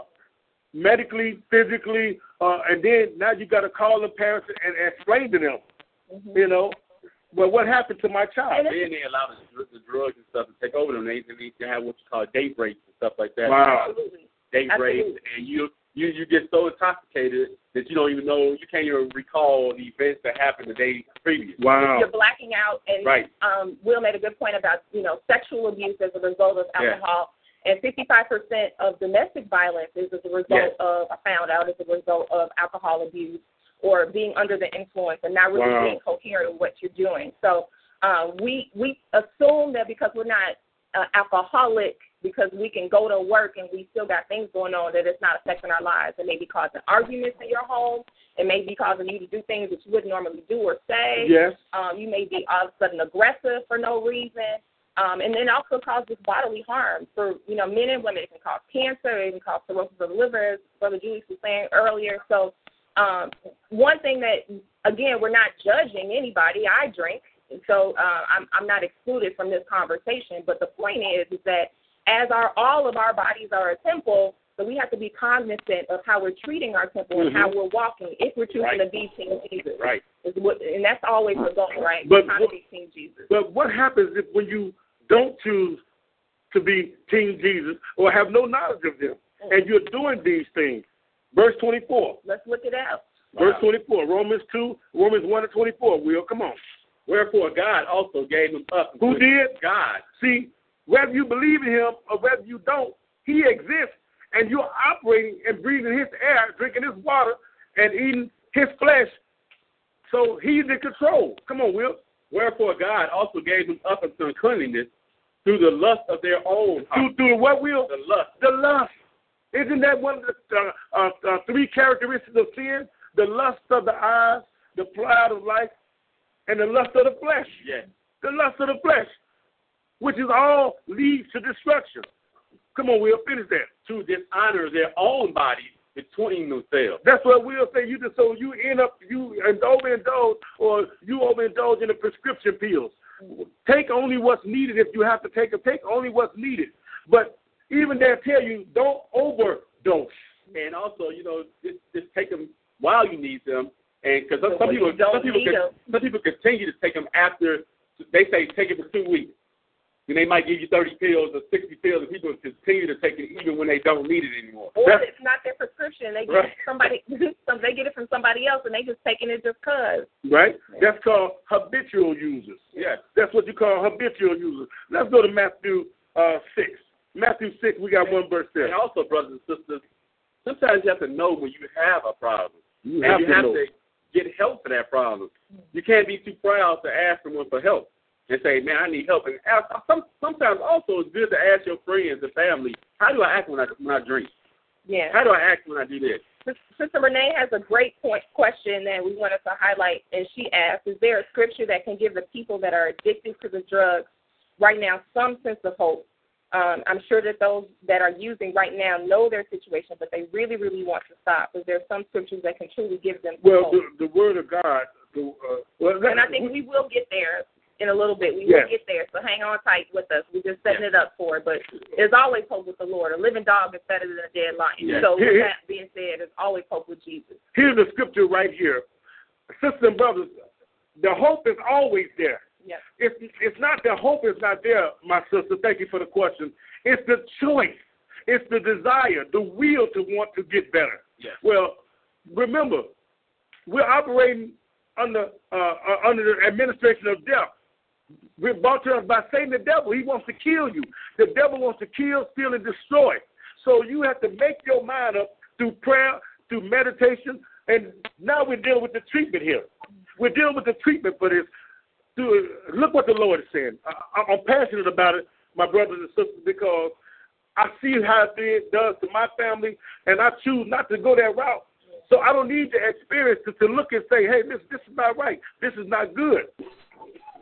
Speaker 2: medically, physically, uh, and then now you got to call the parents and explain to them, you know, well, what happened to my child?
Speaker 4: then they allow the, dr- the drugs and stuff to take over them. They they need to have what you call day breaks and stuff like that.
Speaker 2: Wow.
Speaker 3: Absolutely.
Speaker 4: Day breaks,
Speaker 3: Absolutely.
Speaker 4: and you you you get so intoxicated that you don't even know you can't even recall the events that happened the day previous.
Speaker 2: Wow.
Speaker 3: you're blacking out and
Speaker 4: Right.
Speaker 3: um Will made a good point about, you know, sexual abuse as a result of
Speaker 4: Yeah.
Speaker 3: alcohol and fifty five percent of domestic violence is as a result
Speaker 4: Yes.
Speaker 3: of I found out as a result of alcohol abuse or being under the influence and not really
Speaker 2: Wow.
Speaker 3: being coherent with what you're doing. So uh, we we assume that because we're not uh, alcoholic because we can go to work and we still got things going on that it's not affecting our lives. It may be causing arguments in your home. It may be causing you to do things that you wouldn't normally do or say.
Speaker 2: Yes.
Speaker 3: Um, you may be all of a sudden aggressive for no reason. Um, and then it also causes bodily harm for you know men and women. It can cause cancer. It can cause cirrhosis of the liver, as Brother Julius was saying earlier. So um, one thing that again we're not judging anybody. I drink, so uh, I'm I'm not excluded from this conversation. But the point is, is that as our all of our bodies are a temple, So we have to be cognizant of how we're treating our temple and how we're walking if we're choosing
Speaker 2: Mm-hmm. Right.
Speaker 3: to be Team Jesus.
Speaker 2: Right.
Speaker 3: Is what, and that's always the goal, right?
Speaker 2: But
Speaker 3: Trying
Speaker 2: what-
Speaker 3: to be Team Jesus.
Speaker 2: But what happens if when you don't choose to be Team Jesus or have no knowledge of them, and you're doing these things? Verse 24.
Speaker 3: Let's look it up.
Speaker 2: Verse 24. Romans 2, Romans 1 and 24. Will, come on.
Speaker 4: Wherefore God also gave him up.
Speaker 2: Who did?
Speaker 4: God.
Speaker 2: See, whether you believe in him or whether you don't, he exists, and you're operating and breathing his air, drinking his water, and eating his flesh. So he's in control. Come on, Will.
Speaker 4: Wherefore God also gave them up unto uncleanness through the lust of their own
Speaker 2: Through,
Speaker 4: heart.
Speaker 2: through what, Will?
Speaker 4: The lust.
Speaker 2: The lust. Isn't that one of the uh, uh, uh, three characteristics of sin? The lust of the eyes, the pride of life, and the lust of the flesh.
Speaker 4: Yes.
Speaker 2: The lust of the flesh, which is all leads to destruction. Come on, Will, finish that.
Speaker 4: To dishonor their own bodies between themselves.
Speaker 2: That's what we'll say. You just so you end up you and overindulge or you overindulge in the prescription pills. Take only what's needed if you have to take them. Take only what's needed. But even they tell you don't overdose.
Speaker 4: And also, you know, just, just take them while you need them. And because some, some
Speaker 3: But
Speaker 4: people,
Speaker 3: you don't
Speaker 4: some people,
Speaker 3: need
Speaker 4: con-
Speaker 3: 'em.
Speaker 4: some people continue to take them after they say take it for two weeks. And they might give you 30 pills or 60 pills, and people continue to take it even when they don't need it anymore.
Speaker 3: Or
Speaker 2: That's-
Speaker 3: it's not their prescription. They get
Speaker 4: Right.
Speaker 3: somebody [LAUGHS] some they get it from somebody else and they just taking it just cause.
Speaker 2: Right? That's called habitual users.
Speaker 4: Yes.
Speaker 2: That's what you call habitual users. Let's go to Matthew uh, six. Matthew six, we got one verse there.
Speaker 4: And also, brothers and sisters, sometimes you have to know when you have a problem.
Speaker 2: You
Speaker 4: and
Speaker 2: have
Speaker 4: you
Speaker 2: to
Speaker 4: have
Speaker 2: know.
Speaker 4: to get help for that problem. You can't be too proud to ask someone for help and say, "Man, I need help." And ask, uh, some, sometimes also it's good to ask your friends and family, "How do I act when I when I drink?
Speaker 3: Yeah.
Speaker 4: How do I act when I do this?"
Speaker 3: Sister Renee has a great point question that we wanted to highlight, and she asked, "Is there a scripture that can give the people that are addicted to the drugs right now some sense of hope?" Um, I'm sure that those that are using right now know their situation, but they really, really want to stop. Is there some scriptures that can truly give them
Speaker 2: Well,
Speaker 3: hope?
Speaker 2: the, the word of God. The, uh, well, let-
Speaker 3: and I think we will get there in a little bit. We
Speaker 2: Yes.
Speaker 3: will get there, so hang on tight with us. We're just setting it up for it, but there's always hope with the Lord. A living dog is better than a dead lion.
Speaker 4: Yes.
Speaker 3: So with
Speaker 2: Here-
Speaker 3: that being said, there's always hope with Jesus.
Speaker 2: here's the scripture right here. Sisters and brothers, the hope is always there.
Speaker 3: Yes.
Speaker 2: It's it's not the hope is not there, my sister. Thank you for the question. It's the choice. It's the desire, the will to want to get better.
Speaker 4: Yes.
Speaker 2: Well, remember, we're operating under uh, uh, under the administration of death. We're brought to us by Satan, the devil. He wants to kill you. The devil wants to kill, steal, and destroy. So you have to make your mind up through prayer, through meditation, and now we're dealing with the treatment here. We're dealing with the treatment for this. Dude, look what the Lord is saying. I, I'm passionate about it, my brothers and sisters, because I see how it does to my family, and I choose not to go that route. So I don't need the experience to, to look and say, hey, this this is not right. This is not good.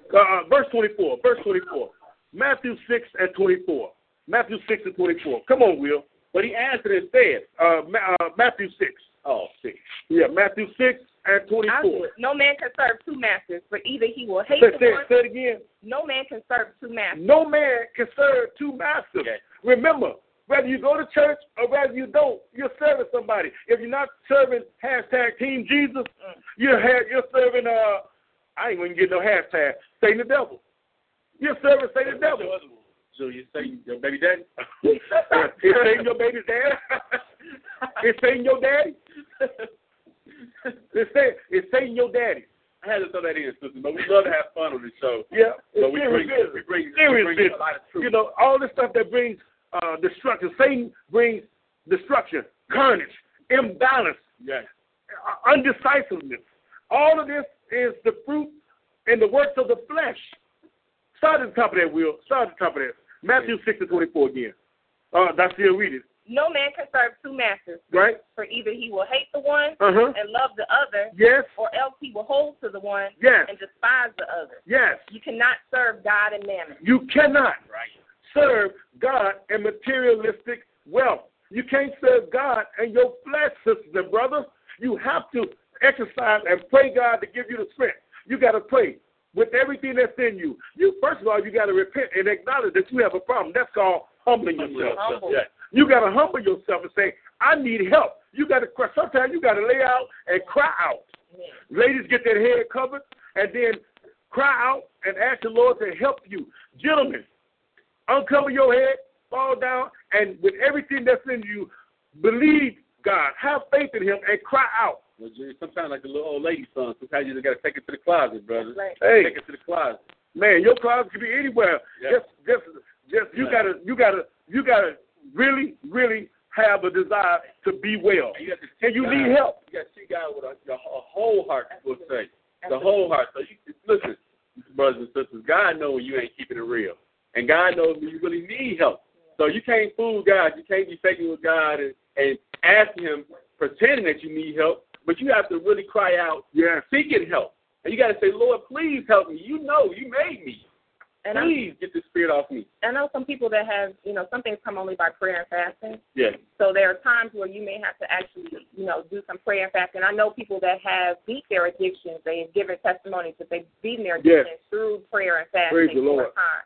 Speaker 2: Uh, verse 24, verse 24. Matthew 6 and 24. Matthew 6 and 24. Come on, Will.
Speaker 4: But he answered and said,
Speaker 2: Uh, Ma- uh, Matthew 6.
Speaker 4: "Oh, see,
Speaker 2: Yeah, Matthew 6 and
Speaker 3: I
Speaker 2: 24.
Speaker 3: would. No man can serve two masters, for either he will hate
Speaker 2: Say,
Speaker 3: the
Speaker 2: say,
Speaker 3: one.
Speaker 2: say it again.
Speaker 3: No man can serve two masters.
Speaker 2: No man can serve two masters.
Speaker 4: Yes.
Speaker 2: Remember, whether you go to church or whether you don't, you're serving somebody. If you're not serving hashtag Team Jesus,
Speaker 4: Mm.
Speaker 2: you're ha- you're serving uh I ain't gonna get no hashtag Satan the devil. You're serving Satan the devil.
Speaker 4: Julius, say your baby
Speaker 2: [LAUGHS]
Speaker 4: daddy."
Speaker 2: it's Satan your baby's
Speaker 4: [LAUGHS]
Speaker 2: dad. it's Satan your daddy. It's Satan, it's Satan your daddy.
Speaker 4: I had to throw [LAUGHS] that in, sister. But we love to have fun on this show.
Speaker 2: Yeah,
Speaker 4: But
Speaker 2: it's
Speaker 4: we
Speaker 2: serious
Speaker 4: bring-
Speaker 2: business.
Speaker 4: we bring- we
Speaker 2: serious
Speaker 4: bring a
Speaker 2: business.
Speaker 4: lot of truth.
Speaker 2: You know, all the stuff that brings uh, destruction. Satan brings destruction, carnage, imbalance,
Speaker 4: Yes.
Speaker 2: uh, undecisiveness. All of this is the fruit and the works of the flesh. Start at the top of that, Will. Start at the top of that. Matthew 6 and 24 again. Uh, that's still read it,
Speaker 3: No man can serve two masters,
Speaker 2: right?
Speaker 3: for either he will hate the one
Speaker 2: Uh-huh.
Speaker 3: and love the other,
Speaker 2: Yes,
Speaker 3: or else he will hold to the one
Speaker 2: Yes.
Speaker 3: and despise the other.
Speaker 2: yes.
Speaker 3: You cannot serve God and mammon.
Speaker 2: You cannot serve God and materialistic wealth. You can't serve God and your flesh, sisters and brothers. You have to exercise and pray God to give you the strength. You got to pray with everything that's in you. You first of all, you got to repent and acknowledge that you have a problem. That's called humbling yourself.
Speaker 3: Humble.
Speaker 2: Yes. You got to humble yourself and say, I need help. You got to cry. Sometimes you got to lay out and cry out. Ladies, get their head covered and then cry out and ask the Lord to help you. Gentlemen, uncover your head, fall down, and with everything that's in you, believe God. Have faith in Him and cry out.
Speaker 4: Well, Jerry, sometimes like a little old lady song, sometimes you just gotta take it to the closet, brother.
Speaker 3: Right.
Speaker 2: Hey.
Speaker 4: Take it to the closet.
Speaker 2: Man, your closet could be anywhere.
Speaker 4: Yeah.
Speaker 2: Just, just, just you
Speaker 4: Yeah.
Speaker 2: gotta, you gotta, you gotta really, really have a desire to be well,
Speaker 4: And you got to
Speaker 2: and you
Speaker 4: God.
Speaker 2: need help.
Speaker 4: You got to see God with a, your, a whole heart, people say. The whole heart. So you listen, brothers and sisters, God knows when you ain't keeping it real. And God knows when you really need help. So you can't fool God. You can't be faking with God and, and asking him, pretending that you need help, but you have to really cry out
Speaker 2: Yes,
Speaker 4: seeking help. And you got to say, Lord, please help me. You know you made me.
Speaker 3: And I,
Speaker 4: Please get this spirit off me.
Speaker 3: I know some people that have, you know, some things come only by prayer and fasting.
Speaker 4: Yeah.
Speaker 3: So there are times where you may have to actually, you know, do some prayer and fasting. I know people that have beat their addictions. They have given testimonies that they've beaten their
Speaker 2: Yes.
Speaker 3: addictions through prayer and fasting
Speaker 2: Praise the
Speaker 3: for
Speaker 2: Lord.
Speaker 3: a time.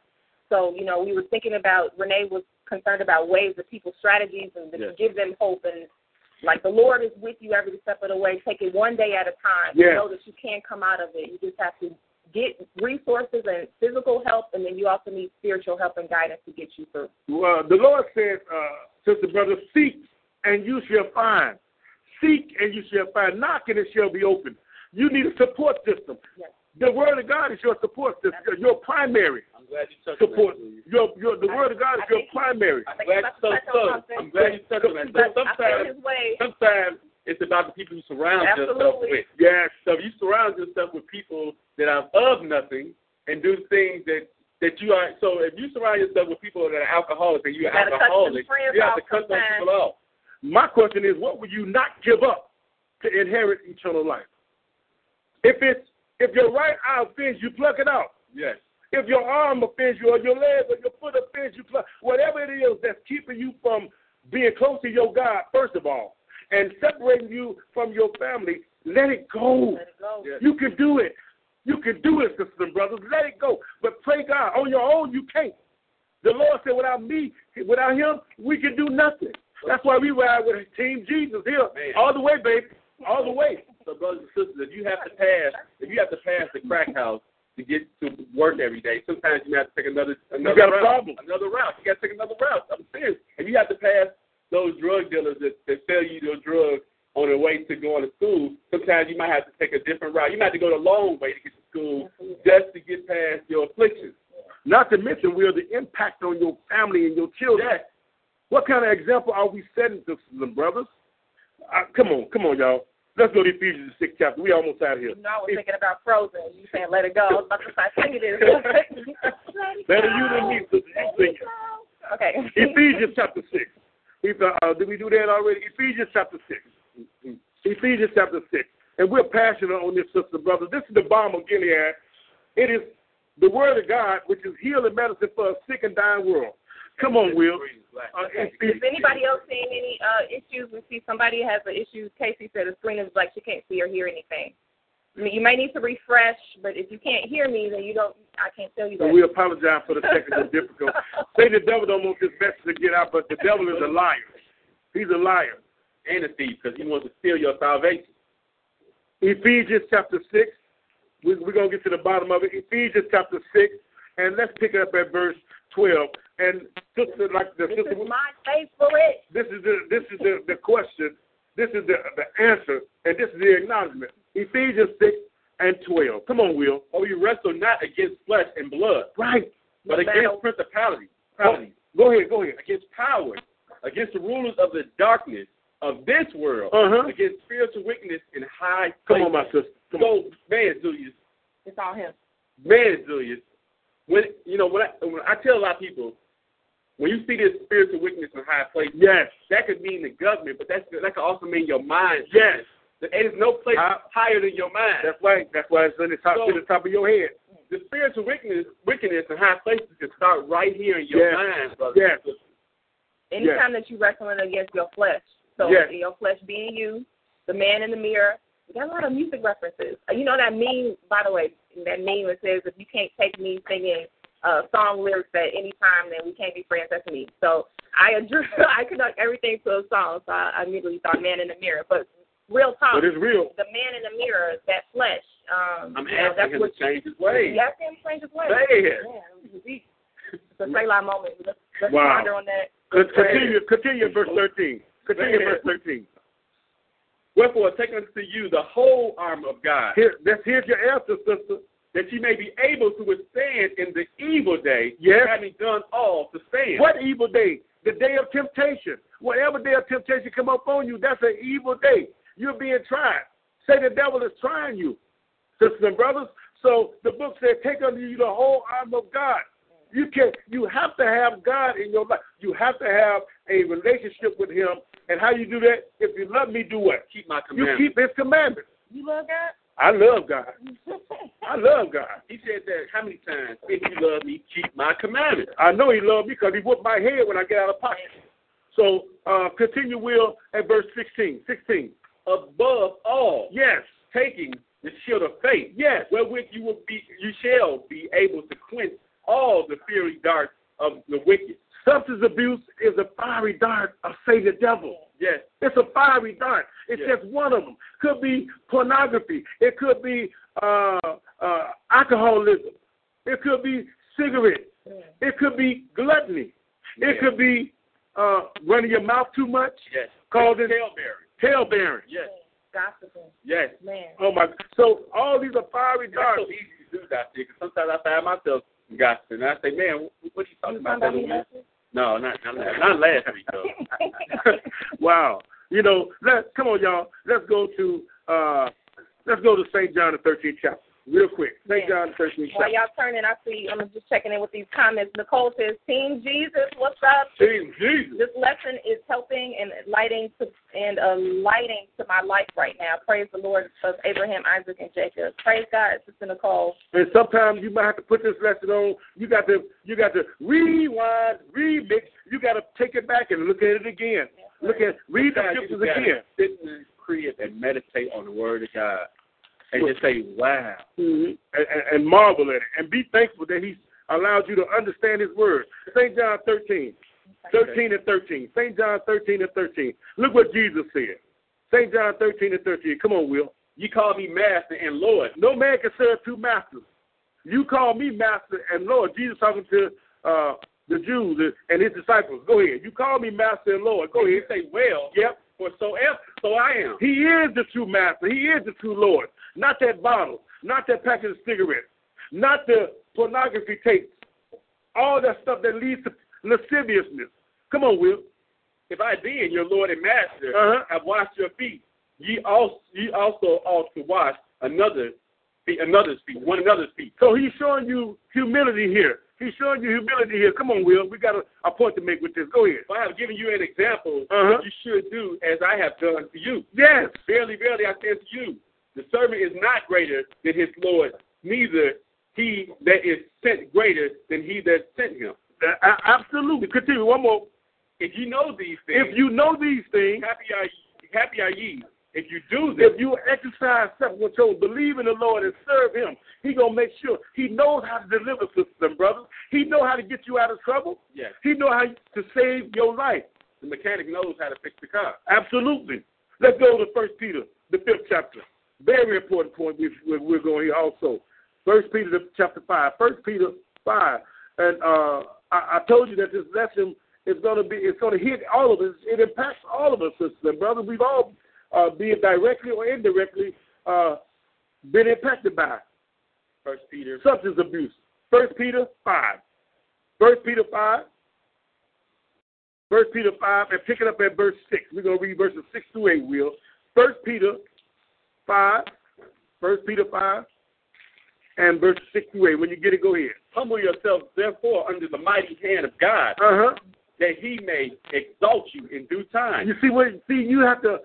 Speaker 3: So, you know, we were thinking about Renee was concerned about ways of people's strategies and to
Speaker 4: Yes.
Speaker 3: give them hope and like the Lord is with you every step of the way. Take it one day at a time.
Speaker 2: Yes.
Speaker 3: You know that you can't come out of it. You just have to get resources and physical help and then you also need spiritual help and guidance to get you through.
Speaker 2: well, the Lord says, uh, sister, brother, seek and you shall find. Seek and you shall find. Knock and it shall be opened. You need a support system.
Speaker 3: Yes.
Speaker 2: The Word of God is your support system, your primary
Speaker 4: I'm glad you touched
Speaker 2: support.
Speaker 4: on that.
Speaker 2: Your, your, the Word of God is your primary.
Speaker 4: I'm glad you touched on that. I'm glad you touched on that.
Speaker 3: But
Speaker 4: So
Speaker 3: I feel
Speaker 4: Sometimes,
Speaker 3: his
Speaker 2: [LAUGHS]
Speaker 3: way.
Speaker 4: sometimes it's about the people you surround yourself
Speaker 3: Absolutely.
Speaker 4: with.
Speaker 2: Yes,
Speaker 4: So if you surround yourself with people that are of nothing and do things that that you are so if you surround yourself with people that are alcoholics and you're
Speaker 3: You gotta cut them
Speaker 4: alcoholic,
Speaker 3: friends
Speaker 4: you have
Speaker 3: off
Speaker 4: to cut those
Speaker 3: sometimes.
Speaker 4: people off.
Speaker 2: My question is, what would you not give up to inherit eternal life? If it's if your right eye offends you, pluck it out.
Speaker 4: Yes.
Speaker 2: If your arm offends you, or your leg, or your foot offends you, pluck whatever it is that's keeping you from being close to your God, first of all, and separating you from your family, let it go.
Speaker 3: Let it go.
Speaker 4: Yes.
Speaker 2: You can do it. You can do it, sisters and brothers. Let it go. But pray God. On your own, you can't. The Lord said, without me, without him, we can do nothing. That's why we ride with Team Jesus here.
Speaker 4: Man.
Speaker 2: All the way, baby. All the way.
Speaker 4: So brothers and sisters, if you have to pass if you have to pass the crack house to get to work every day, sometimes you have to take another another
Speaker 2: got a
Speaker 4: route,
Speaker 2: problem.
Speaker 4: Another route. You gotta take another route. I'm serious. If you have to pass those drug dealers that, that sell you your drugs on their way to going to school, sometimes you might have to take a different route. You might have to go the long way to get to school just to get past your afflictions.
Speaker 2: Not to mention, we're the impact on your family and your children.
Speaker 4: Yes.
Speaker 2: What kind of example are we setting, sisters and brothers? Uh, come on, come on, y'all. Let's go to Ephesians the sixth chapter. We almost out of here.
Speaker 3: You know, I was thinking about Frozen. You saying let it go. I was about to start singing this. let
Speaker 2: [LAUGHS]
Speaker 3: it
Speaker 2: Better you than me, sister. You
Speaker 3: Let
Speaker 2: sing
Speaker 3: it
Speaker 2: it. [LAUGHS]
Speaker 3: go. Okay.
Speaker 2: Ephesians chapter 6. Eph- Uh, did we do that already? Ephesians chapter 6.
Speaker 4: Mm-hmm.
Speaker 2: Ephesians chapter 6. And we're passionate on this, sister, brother. This is the bomb of Gilead. It is the word of God, which is healing medicine for a sick and dying world. Come on, Will. Uh, Ephes-
Speaker 3: Is anybody else seeing any uh, issues? We see somebody has an issue. Casey said the screen is black. She can't see or hear anything. I mean, you may need to refresh, but if you can't hear me, then you don't. I can't tell you that.
Speaker 2: And we apologize for the technical difficulty. Say the devil don't want this message to get out, but the devil is a liar. He's a liar.
Speaker 4: And a thief, because he wants to steal your salvation.
Speaker 2: Ephesians chapter 6. We, we're going to get to the bottom of it. Ephesians chapter 6. And let's pick it up at verse 12. And sister, like the
Speaker 3: this
Speaker 2: sister,
Speaker 3: is my favorite.
Speaker 2: this is the this is the, the question, this is the, the answer, and this is the acknowledgement. Ephesians six and twelve. Come on, Will.
Speaker 4: Oh, you wrestle not against flesh and blood,
Speaker 2: Right.
Speaker 4: but
Speaker 3: battle.
Speaker 4: against principalities.
Speaker 2: Go,
Speaker 4: principalities.
Speaker 2: go ahead. Go ahead.
Speaker 4: against powers, against the rulers of the darkness of this world,
Speaker 2: Uh-huh.
Speaker 4: against spiritual wickedness in high
Speaker 2: Come on, my
Speaker 4: places.
Speaker 2: sister. Come on.
Speaker 4: so, man, Julius,
Speaker 3: It's all him.
Speaker 4: man, Julius, when you know when I, when I tell a lot of people, when you see this spiritual wickedness in high places,
Speaker 2: Yes.
Speaker 4: that could mean the government, but that's that could also mean your mind.
Speaker 2: Yes.
Speaker 4: there is no place
Speaker 2: I-
Speaker 4: higher than your mind.
Speaker 2: That's right. That's why it's on the top,
Speaker 4: So-
Speaker 2: to the top of your head.
Speaker 4: the spiritual wickedness, wickedness in high places can start right here in your
Speaker 2: Yes.
Speaker 4: mind, brother.
Speaker 2: Yes.
Speaker 3: anytime that you're wrestling against your flesh, so
Speaker 2: Yes.
Speaker 3: your flesh being you, the man in the mirror. We got a lot of music references. Uh, You know that meme, by the way, that meme that says, "If you can't take me singing uh, song lyrics at any time, then we can't be friends. That's me. So I address, [LAUGHS] I conduct everything to a song. So I immediately thought Man in the Mirror, but real talk,
Speaker 2: But it's real.
Speaker 3: the Man in the Mirror, that flesh. Um,
Speaker 4: I'm
Speaker 3: that-
Speaker 4: asking him to change his ways.
Speaker 3: You have to change his way.
Speaker 2: Man.
Speaker 3: Yeah, we- it's a Selah moment. Let's, let's
Speaker 2: Wow.
Speaker 3: ponder on that.
Speaker 2: Con- Continue, continue in verse 13. Continue in
Speaker 4: Man.
Speaker 2: verse 13.
Speaker 4: Wherefore, take unto you the whole armor of God,
Speaker 2: Here, that's, here's your answer, sister.
Speaker 4: that ye may be able to withstand in the evil day,
Speaker 2: Yes.
Speaker 4: having done all to stand.
Speaker 2: What evil day? The day of temptation. Whatever day of temptation come up on you, that's an evil day. You're being tried. Say the devil is trying you, sisters and brothers. So the book said, take unto you the whole armor of God. You can you have to have God in your life. You have to have a relationship with him. And how you do that? If you love me, do what?
Speaker 4: Keep my
Speaker 2: You
Speaker 4: commandments.
Speaker 2: keep his commandments.
Speaker 3: You love God?
Speaker 2: I love God.
Speaker 3: [LAUGHS]
Speaker 2: I love God.
Speaker 4: he said that how many times? If you love me, keep my commandments.
Speaker 2: I know he loved me because he whipped my head when I get out of pocket. So uh, continue, Will, at verse 16. 16.
Speaker 4: Above all,
Speaker 2: Yes.
Speaker 4: taking the shield of faith,
Speaker 2: Yes.
Speaker 4: wherewith you will be, you shall be able to quench all the fiery darts of the wicked.
Speaker 2: Substance abuse is a fiery dart of Satan the devil.
Speaker 4: Yes,
Speaker 2: It's a fiery dart. It's
Speaker 4: Yeah.
Speaker 2: just one of them. Could be pornography. It could be uh, uh, alcoholism. It could be cigarettes. It could be gluttony. It
Speaker 4: Yeah.
Speaker 2: could be uh, running your mouth too much,
Speaker 4: yes.
Speaker 2: Causing-
Speaker 4: tailbearing.
Speaker 2: tail bearing.
Speaker 4: Yes,
Speaker 3: Gossiping.
Speaker 4: yes.
Speaker 3: Man.
Speaker 2: Oh my! So all these are fiery
Speaker 4: It's
Speaker 2: darts.
Speaker 4: so easy to do that because sometimes I find myself gossiping. And I say, man, what, what are you talking
Speaker 3: You
Speaker 4: about?
Speaker 3: found out he
Speaker 4: brother?
Speaker 3: loves you?
Speaker 4: No, not not, not last week
Speaker 2: [LAUGHS]
Speaker 4: though.
Speaker 2: [LAUGHS] wow. You know, let come on, y'all. Let's go to uh, let's go to St. John the thirteenth chapter real quick. St.
Speaker 3: Yeah.
Speaker 2: John the thirteenth
Speaker 3: While
Speaker 2: chapter.
Speaker 3: y'all turning, I see I'm just checking in with these comments. Nicole says, Team Jesus, what's up?
Speaker 2: Team Jesus.
Speaker 3: This lesson is helping and lighting to and uh, lighting to my life right now. Praise the Lord of Abraham, Isaac, and Jacob. Praise God, Sister Nicole.
Speaker 2: And sometimes you might have to put this lesson on. You got to you got to rewind, remix. You got to take it back and look at it again. Look at read the
Speaker 4: Sometimes you
Speaker 2: scriptures
Speaker 4: just gotta
Speaker 2: again.
Speaker 4: Sit in the crib and meditate on the Word of God, and just say, "Wow."
Speaker 2: Mhm. and, and- and marvel at it and be thankful that He's allowed you to understand His word. St. John 13, 13 and 13. St. John 13 and 13. Look what Jesus said. St. John 13 and 13. Come on, Will.
Speaker 4: You call me Master and Lord.
Speaker 2: No man can serve two masters. You call me master and Lord. Jesus talking to uh, the Jews and his disciples. Go ahead. You call me master and Lord. Go
Speaker 4: He
Speaker 2: ahead.
Speaker 4: say, "Well,
Speaker 2: Yep.
Speaker 4: for so am, so I am."
Speaker 2: He is the true master. He is the true Lord. Not that bottle, not that package of cigarettes, not the pornography tapes, all that stuff that leads to lasciviousness. Come on, Will.
Speaker 4: If I be in your Lord and Master,
Speaker 2: Uh-huh.
Speaker 4: have washed your feet. Ye also, ye also ought to wash another feet, another's feet, one another's feet.
Speaker 2: So he's showing you humility here. He's showing you humility here. Come on, Will. We got a, a point to make with this. Go ahead.
Speaker 4: For I have given you an example
Speaker 2: Uh-huh.
Speaker 4: that you should do as I have done to you.
Speaker 2: Yes.
Speaker 4: Verily, verily, I say to you, the servant is not greater than his Lord, neither he that is sent greater than he that sent him.
Speaker 2: Uh, A- a- absolutely. Continue. One more.
Speaker 4: If you know these things,
Speaker 2: If you know these things,
Speaker 4: happy are ye, happy are ye if you do them.
Speaker 2: if you exercise self-control, believe in the Lord and serve Him, He gonna make sure He knows how to deliver sisters and brothers. He know how to get you out of trouble.
Speaker 4: Yes.
Speaker 2: He know how to save your life.
Speaker 4: The mechanic knows how to fix the car.
Speaker 2: Absolutely. Let's go to First Peter, the fifth chapter. Very important point we, we, we're going here also. First Peter, the, chapter five. First Peter five, and uh, I, I told you that this lesson is going to be it's going to hit all of us. It impacts all of us, sisters and brothers. We've all, uh, be it directly or indirectly, uh, been impacted by
Speaker 4: First Peter.
Speaker 2: substance abuse. First Peter five. First Peter five. First Peter five, and pick it up at verse six. We're gonna read verses six through eight, Will. First Peter five. First Peter five and verse six through eight. When you get it, go ahead.
Speaker 4: Humble yourselves, therefore, under the mighty hand of God,
Speaker 2: Uh-huh.
Speaker 4: that he may exalt you in due time.
Speaker 2: You see what see you have to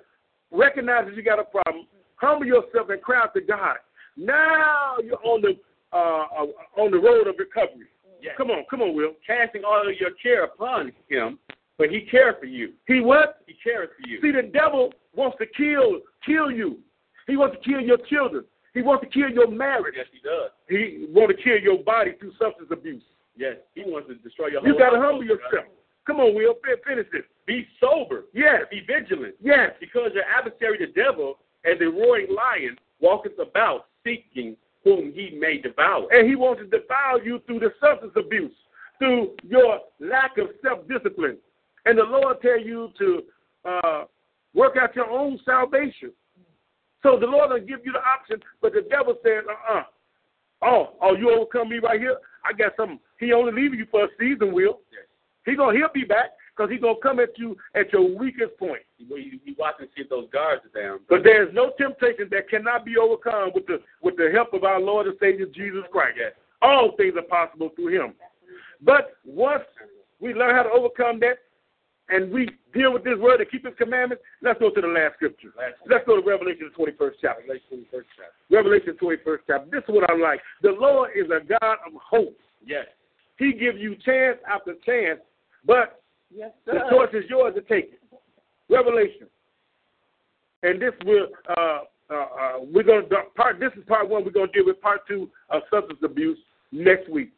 Speaker 2: recognize that you got a problem, humble yourself and cry out to God. Now you're on the uh, uh, on the road of recovery.
Speaker 4: Yes.
Speaker 2: Come on, come on, Will.
Speaker 4: Casting all of your care upon him, for he cares for you.
Speaker 2: He what?
Speaker 4: He cares for you.
Speaker 2: See, the devil wants to kill kill you. He wants to kill your children. He wants to kill your marriage.
Speaker 4: yes, he does.
Speaker 2: He want to kill your body through substance abuse.
Speaker 4: Yes, he wants to destroy your whole
Speaker 2: You got to
Speaker 4: household,
Speaker 2: humble yourself.
Speaker 4: brother.
Speaker 2: Come on, Will. fin- Finish this.
Speaker 4: Be sober.
Speaker 2: Yes.
Speaker 4: Be vigilant.
Speaker 2: Yes.
Speaker 4: Because your adversary, the devil, as a roaring lion, walketh about seeking whom he may devour.
Speaker 2: And he wants to defile you through the substance abuse, through your lack of self discipline. And the Lord tell you to uh, work out your own salvation. So the Lord will give you the option, but the devil says, uh uh Oh, oh, you overcome me right here? I got something. He only leaving you for a season, Will. He gonna, he'll be back because he's going to come at you at your weakest point.
Speaker 4: You, you, you watch and see if those guards are down.
Speaker 2: But there is no temptation that cannot be overcome with the with the help of our Lord and Savior Jesus Christ. All things are possible through Him. But once we learn how to overcome that, and we deal with this word and keep His commandments, let's go to the last scripture. Let's go to Revelation the twenty first chapter. Revelation twenty first chapter. This is what I like. The Lord is a God of hope.
Speaker 4: Yes.
Speaker 2: He gives you chance after chance, but
Speaker 3: Yes,
Speaker 2: the
Speaker 3: sir.
Speaker 2: choice is yours to take it. Revelation. And this will uh, uh, uh, we're gonna do- part. This is part one. We're gonna deal with part two of substance abuse next week.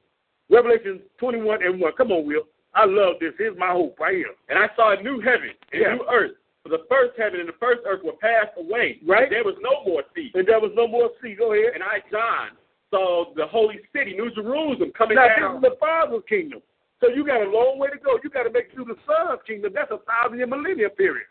Speaker 2: Revelation 21 and one. Come on, Will. I love this. Here's my hope right here.
Speaker 4: And I saw a new heaven and
Speaker 2: Yeah.
Speaker 4: a new earth. For the first heaven and the first earth were passed away.
Speaker 2: Right.
Speaker 4: There was no more sea.
Speaker 2: And there was no more sea. Go ahead.
Speaker 4: And I, John, saw the holy city, New Jerusalem, coming
Speaker 2: Now
Speaker 4: down.
Speaker 2: this is the Father's kingdom. So you got a long way to go. You got to make it through the Son's kingdom. That's a thousand year millennia period.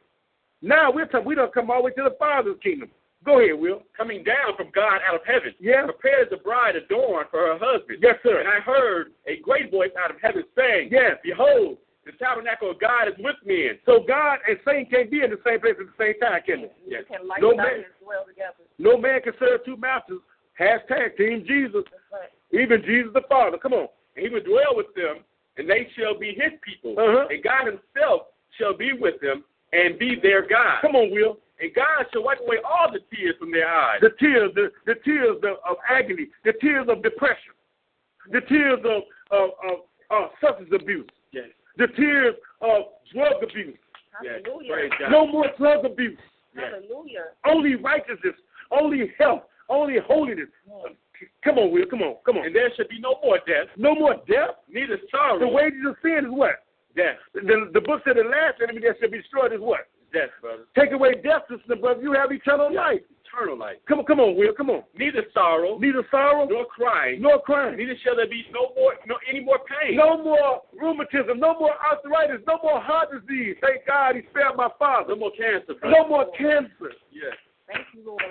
Speaker 2: Now we're talking. We don't come all the way to the Father's kingdom. Go ahead, Will.
Speaker 4: coming down from God out of heaven.
Speaker 2: Yeah.
Speaker 4: Prepares the bride adorned for her husband.
Speaker 2: Yes, sir.
Speaker 4: And I heard a great voice out of heaven saying,
Speaker 2: Yes.
Speaker 4: Behold, the tabernacle of God is with men.
Speaker 2: So God and Satan can't be in the same place at the same time, can they?
Speaker 3: You can like
Speaker 2: No
Speaker 3: no
Speaker 2: man,
Speaker 3: as well together.
Speaker 2: no man can serve two masters. Hashtag Team Jesus,
Speaker 3: But
Speaker 2: even Jesus the Father. Come on.
Speaker 4: And he will dwell with them, and they shall be his people.
Speaker 2: Uh-huh.
Speaker 4: And God himself shall be with them and be their God.
Speaker 2: Come on, Will.
Speaker 4: And God shall wipe away all the tears from their eyes.
Speaker 2: The tears, the, the tears of, of agony, the tears of depression, the tears of, of, of, of substance abuse,
Speaker 4: Yes.
Speaker 2: the tears of drug abuse.
Speaker 4: Yes.
Speaker 3: Hallelujah.
Speaker 4: Praise God.
Speaker 2: No more drug abuse.
Speaker 3: Hallelujah.
Speaker 2: Only righteousness, only health, only holiness. Come on, Will. Come on. Come on.
Speaker 4: And there shall be no more death,
Speaker 2: No more death.
Speaker 4: neither sorrow.
Speaker 2: The wages of sin is what?
Speaker 4: death.
Speaker 2: The, the book said the last enemy that shall be destroyed is what?
Speaker 4: Death, brother.
Speaker 2: Take away death, sister, brother. You have eternal life.
Speaker 4: Eternal life.
Speaker 2: Come on, come on, Will. Come on.
Speaker 4: Neither sorrow,
Speaker 2: Neither sorrow
Speaker 4: nor crying,
Speaker 2: nor crying.
Speaker 4: Neither shall there be no more, no any more pain.
Speaker 2: No more rheumatism. No more arthritis. No more heart disease. Thank God he spared my father.
Speaker 4: no more cancer. Brother.
Speaker 2: No more cancer.
Speaker 4: yes.
Speaker 3: Thank you, Lord.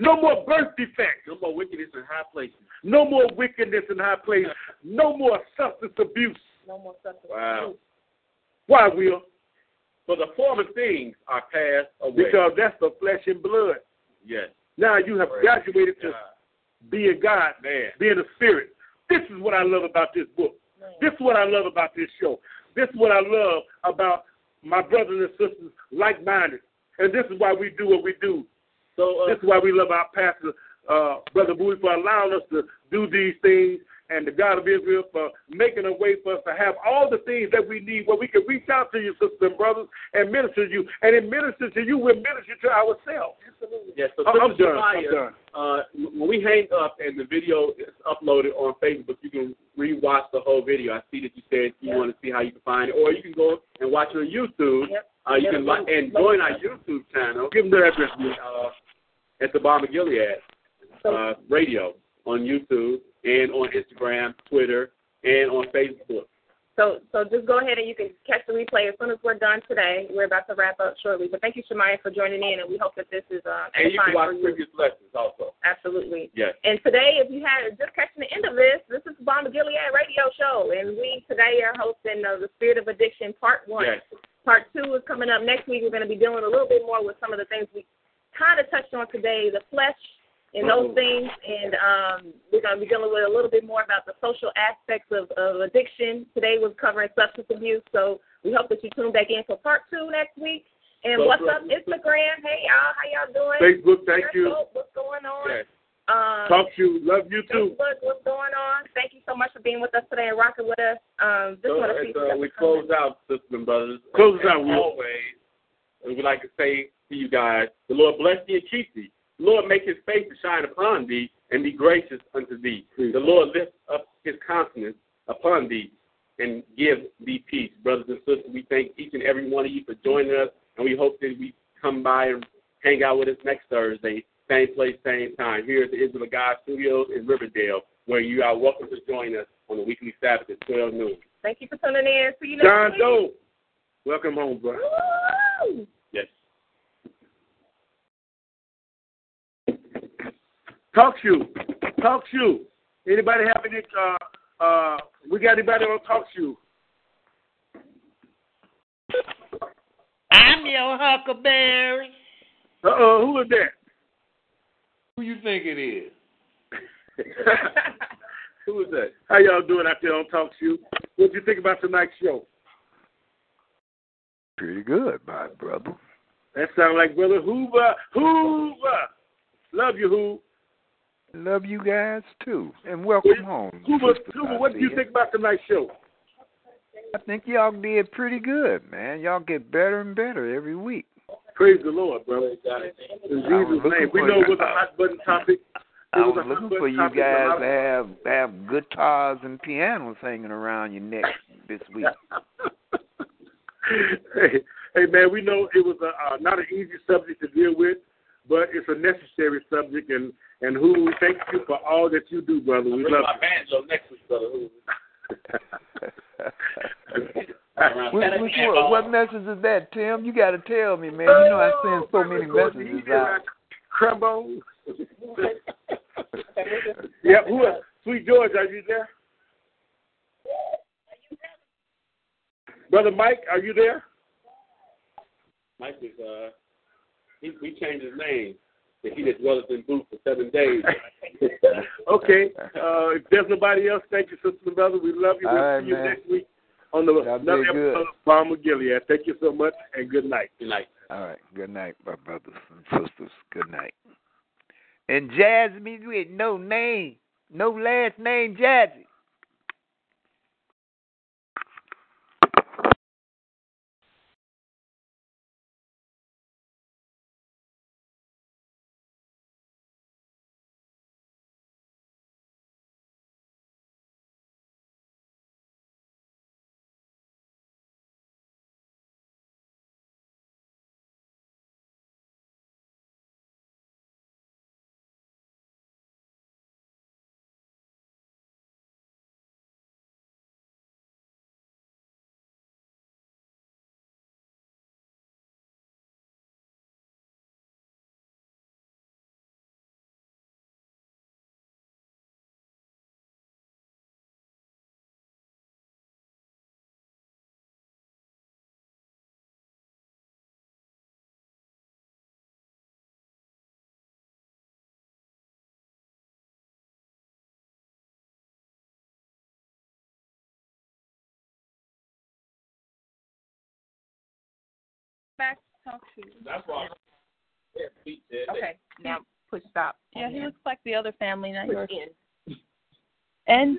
Speaker 2: No more birth defects.
Speaker 4: No more wickedness in high places.
Speaker 2: No more wickedness in high place. No more substance abuse.
Speaker 3: No more suffering.
Speaker 4: Wow.
Speaker 2: Why, Will?
Speaker 4: For the former things are passed away.
Speaker 2: Because that's the flesh and blood.
Speaker 4: yes.
Speaker 2: Now you have
Speaker 4: Praise
Speaker 2: graduated to being God,
Speaker 4: Man.
Speaker 2: being a spirit. This is what I love about this book. This is what I love about this show. This is what I love about my brothers and sisters, like minded. And this is why we do what we do.
Speaker 4: So uh,
Speaker 2: This is why we love our pastor, uh, Brother Bowie, for allowing us to do these things, and the God of Israel for making a way for us to have all the things that we need where we can reach out to you, sisters and brothers, and minister to you. And in ministering to you, we're ministering to ourselves.
Speaker 4: yes. So
Speaker 2: I- I'm
Speaker 4: Sister
Speaker 2: done. I'm
Speaker 4: Shemaiah,
Speaker 2: done.
Speaker 4: Uh, when we hang up and the video is uploaded on Facebook, you can re-watch the whole video. I see that you said you
Speaker 3: Yeah.
Speaker 4: want to see how you can find it, or you can go and watch it on YouTube.
Speaker 3: Yep.
Speaker 4: Uh, you
Speaker 3: Yeah,
Speaker 4: can
Speaker 3: the
Speaker 4: li-
Speaker 3: link-
Speaker 4: and join our YouTube channel
Speaker 2: Give them their address.
Speaker 4: uh, at the Bomber Gilead. uh, radio on YouTube and on Instagram, Twitter, and on Facebook.
Speaker 3: So, so just go ahead and you can catch the replay as soon as we're done today. We're about to wrap up shortly, but thank you, Shemaya, for joining in, and we hope that this is uh,
Speaker 4: And you
Speaker 3: edifying
Speaker 4: can watch
Speaker 3: for you.
Speaker 4: previous lessons also.
Speaker 3: Absolutely.
Speaker 4: Yes.
Speaker 3: And today, if you had just catching the end of this, this is the Bomba Gilead Radio Show, and we today are hosting uh, the Spirit of Addiction Part One.
Speaker 4: Yes.
Speaker 3: Part two is coming up next week. We're going to be dealing a little bit more with some of the things we kind of touched on today, the flesh and
Speaker 4: Mm-hmm.
Speaker 3: those things, and um, we're going to be dealing with a little bit more about the social aspects of, of addiction. Today was covering substance abuse, so we hope that you tune back in for part two next week. And
Speaker 4: Well,
Speaker 3: what's
Speaker 4: well,
Speaker 3: up, Instagram? Hey y'all, how y'all doing?
Speaker 2: Facebook, thank you.
Speaker 3: What's up? What's going on?
Speaker 4: Yes.
Speaker 3: Um,
Speaker 2: Talk to you. Love you too.
Speaker 3: Facebook, what's going on? Thank you so much for being with us today and rocking with us. Um, just
Speaker 4: So
Speaker 3: want to
Speaker 4: as
Speaker 3: see
Speaker 4: uh,
Speaker 3: stuff
Speaker 4: we
Speaker 3: coming.
Speaker 4: close out, sisters and brothers.
Speaker 2: Close
Speaker 4: as
Speaker 2: us out, Will.
Speaker 4: always, we would like to say to you guys, the Lord bless thee and keep thee. The Lord make his face to shine upon thee and be gracious unto thee. The Lord lift up his countenance upon thee and give thee peace. Brothers and sisters, we thank each and every one of you for joining us, and we hope that we come by and hang out with us next Thursday, same place, same time, here at the Israel of God Studios in Riverdale, where you are welcome to join us on the weekly Sabbath at 12 noon.
Speaker 3: Thank you for tuning in. See you next
Speaker 2: John
Speaker 3: week.
Speaker 2: Doe, welcome home, brother.
Speaker 3: Woo!
Speaker 4: Yes.
Speaker 2: Talk shoe. Talk shoe. Anybody have any uh uh we got anybody on talk shoe?
Speaker 5: I'm your Huckleberry.
Speaker 2: Uh oh, who was
Speaker 6: [LAUGHS]
Speaker 2: that?
Speaker 6: Who you think it is?
Speaker 2: who was that? How y'all doing out there on talk shoe? What do you think about tonight's show?
Speaker 6: Pretty good, my brother.
Speaker 2: That sounds like brother Hoover. Hoover. Love you, Hoo.
Speaker 6: Love you guys too, and welcome home.
Speaker 2: Hoover,
Speaker 6: Sister
Speaker 2: Hoover, what do you
Speaker 6: Isaiah.
Speaker 2: think about tonight's show?
Speaker 6: I think y'all did pretty good, man. Y'all get better and better every week.
Speaker 2: Praise the Lord, brother. In
Speaker 6: I was
Speaker 2: Jesus'
Speaker 6: looking
Speaker 2: name. We
Speaker 6: for
Speaker 2: know
Speaker 6: you.
Speaker 2: it was a hot button topic. It
Speaker 6: I
Speaker 2: was a
Speaker 6: was
Speaker 2: hot
Speaker 6: looking
Speaker 2: button
Speaker 6: for you
Speaker 2: topic.
Speaker 6: guys to have have guitars and pianos hanging around your neck this week.
Speaker 2: [LAUGHS] hey, hey, man, we know it was a, uh, not an easy subject to deal with, but it's a necessary subject, and and who we thank you for all that you do, brother. We
Speaker 4: Bring
Speaker 2: love
Speaker 4: my banjo next week, brother.
Speaker 2: [LAUGHS]
Speaker 4: [LAUGHS]
Speaker 2: you.
Speaker 6: Which, which one, what message is that, Tim? You got to tell me, man. You know I send
Speaker 4: Oh,
Speaker 6: so many messages out.
Speaker 2: Crumbo. yep. Who else? Sweet George, are you there? Brother Mike, are you there?
Speaker 6: [LAUGHS]
Speaker 4: Mike is uh, he, he changed his name. And he just dwelleth in booth for seven days.
Speaker 2: okay. Uh, if there's nobody else, thank you, sister and brother. We love you. We'll
Speaker 6: All right,
Speaker 2: see you
Speaker 6: man.
Speaker 2: next week on the
Speaker 6: Y'all
Speaker 2: another
Speaker 6: did
Speaker 2: episode
Speaker 6: good.
Speaker 2: of Bomb of Gilead. Thank you so much and good night.
Speaker 4: Good night.
Speaker 6: All right. Good night, my brothers and sisters. Good night. And Jazzy with no name, no last name, Jazzy.
Speaker 3: back to talk to you.
Speaker 4: That's why. Yeah, beat that.
Speaker 3: Okay, now push stop.
Speaker 7: Yeah, he looks like the other family, not yours.
Speaker 3: in.
Speaker 7: And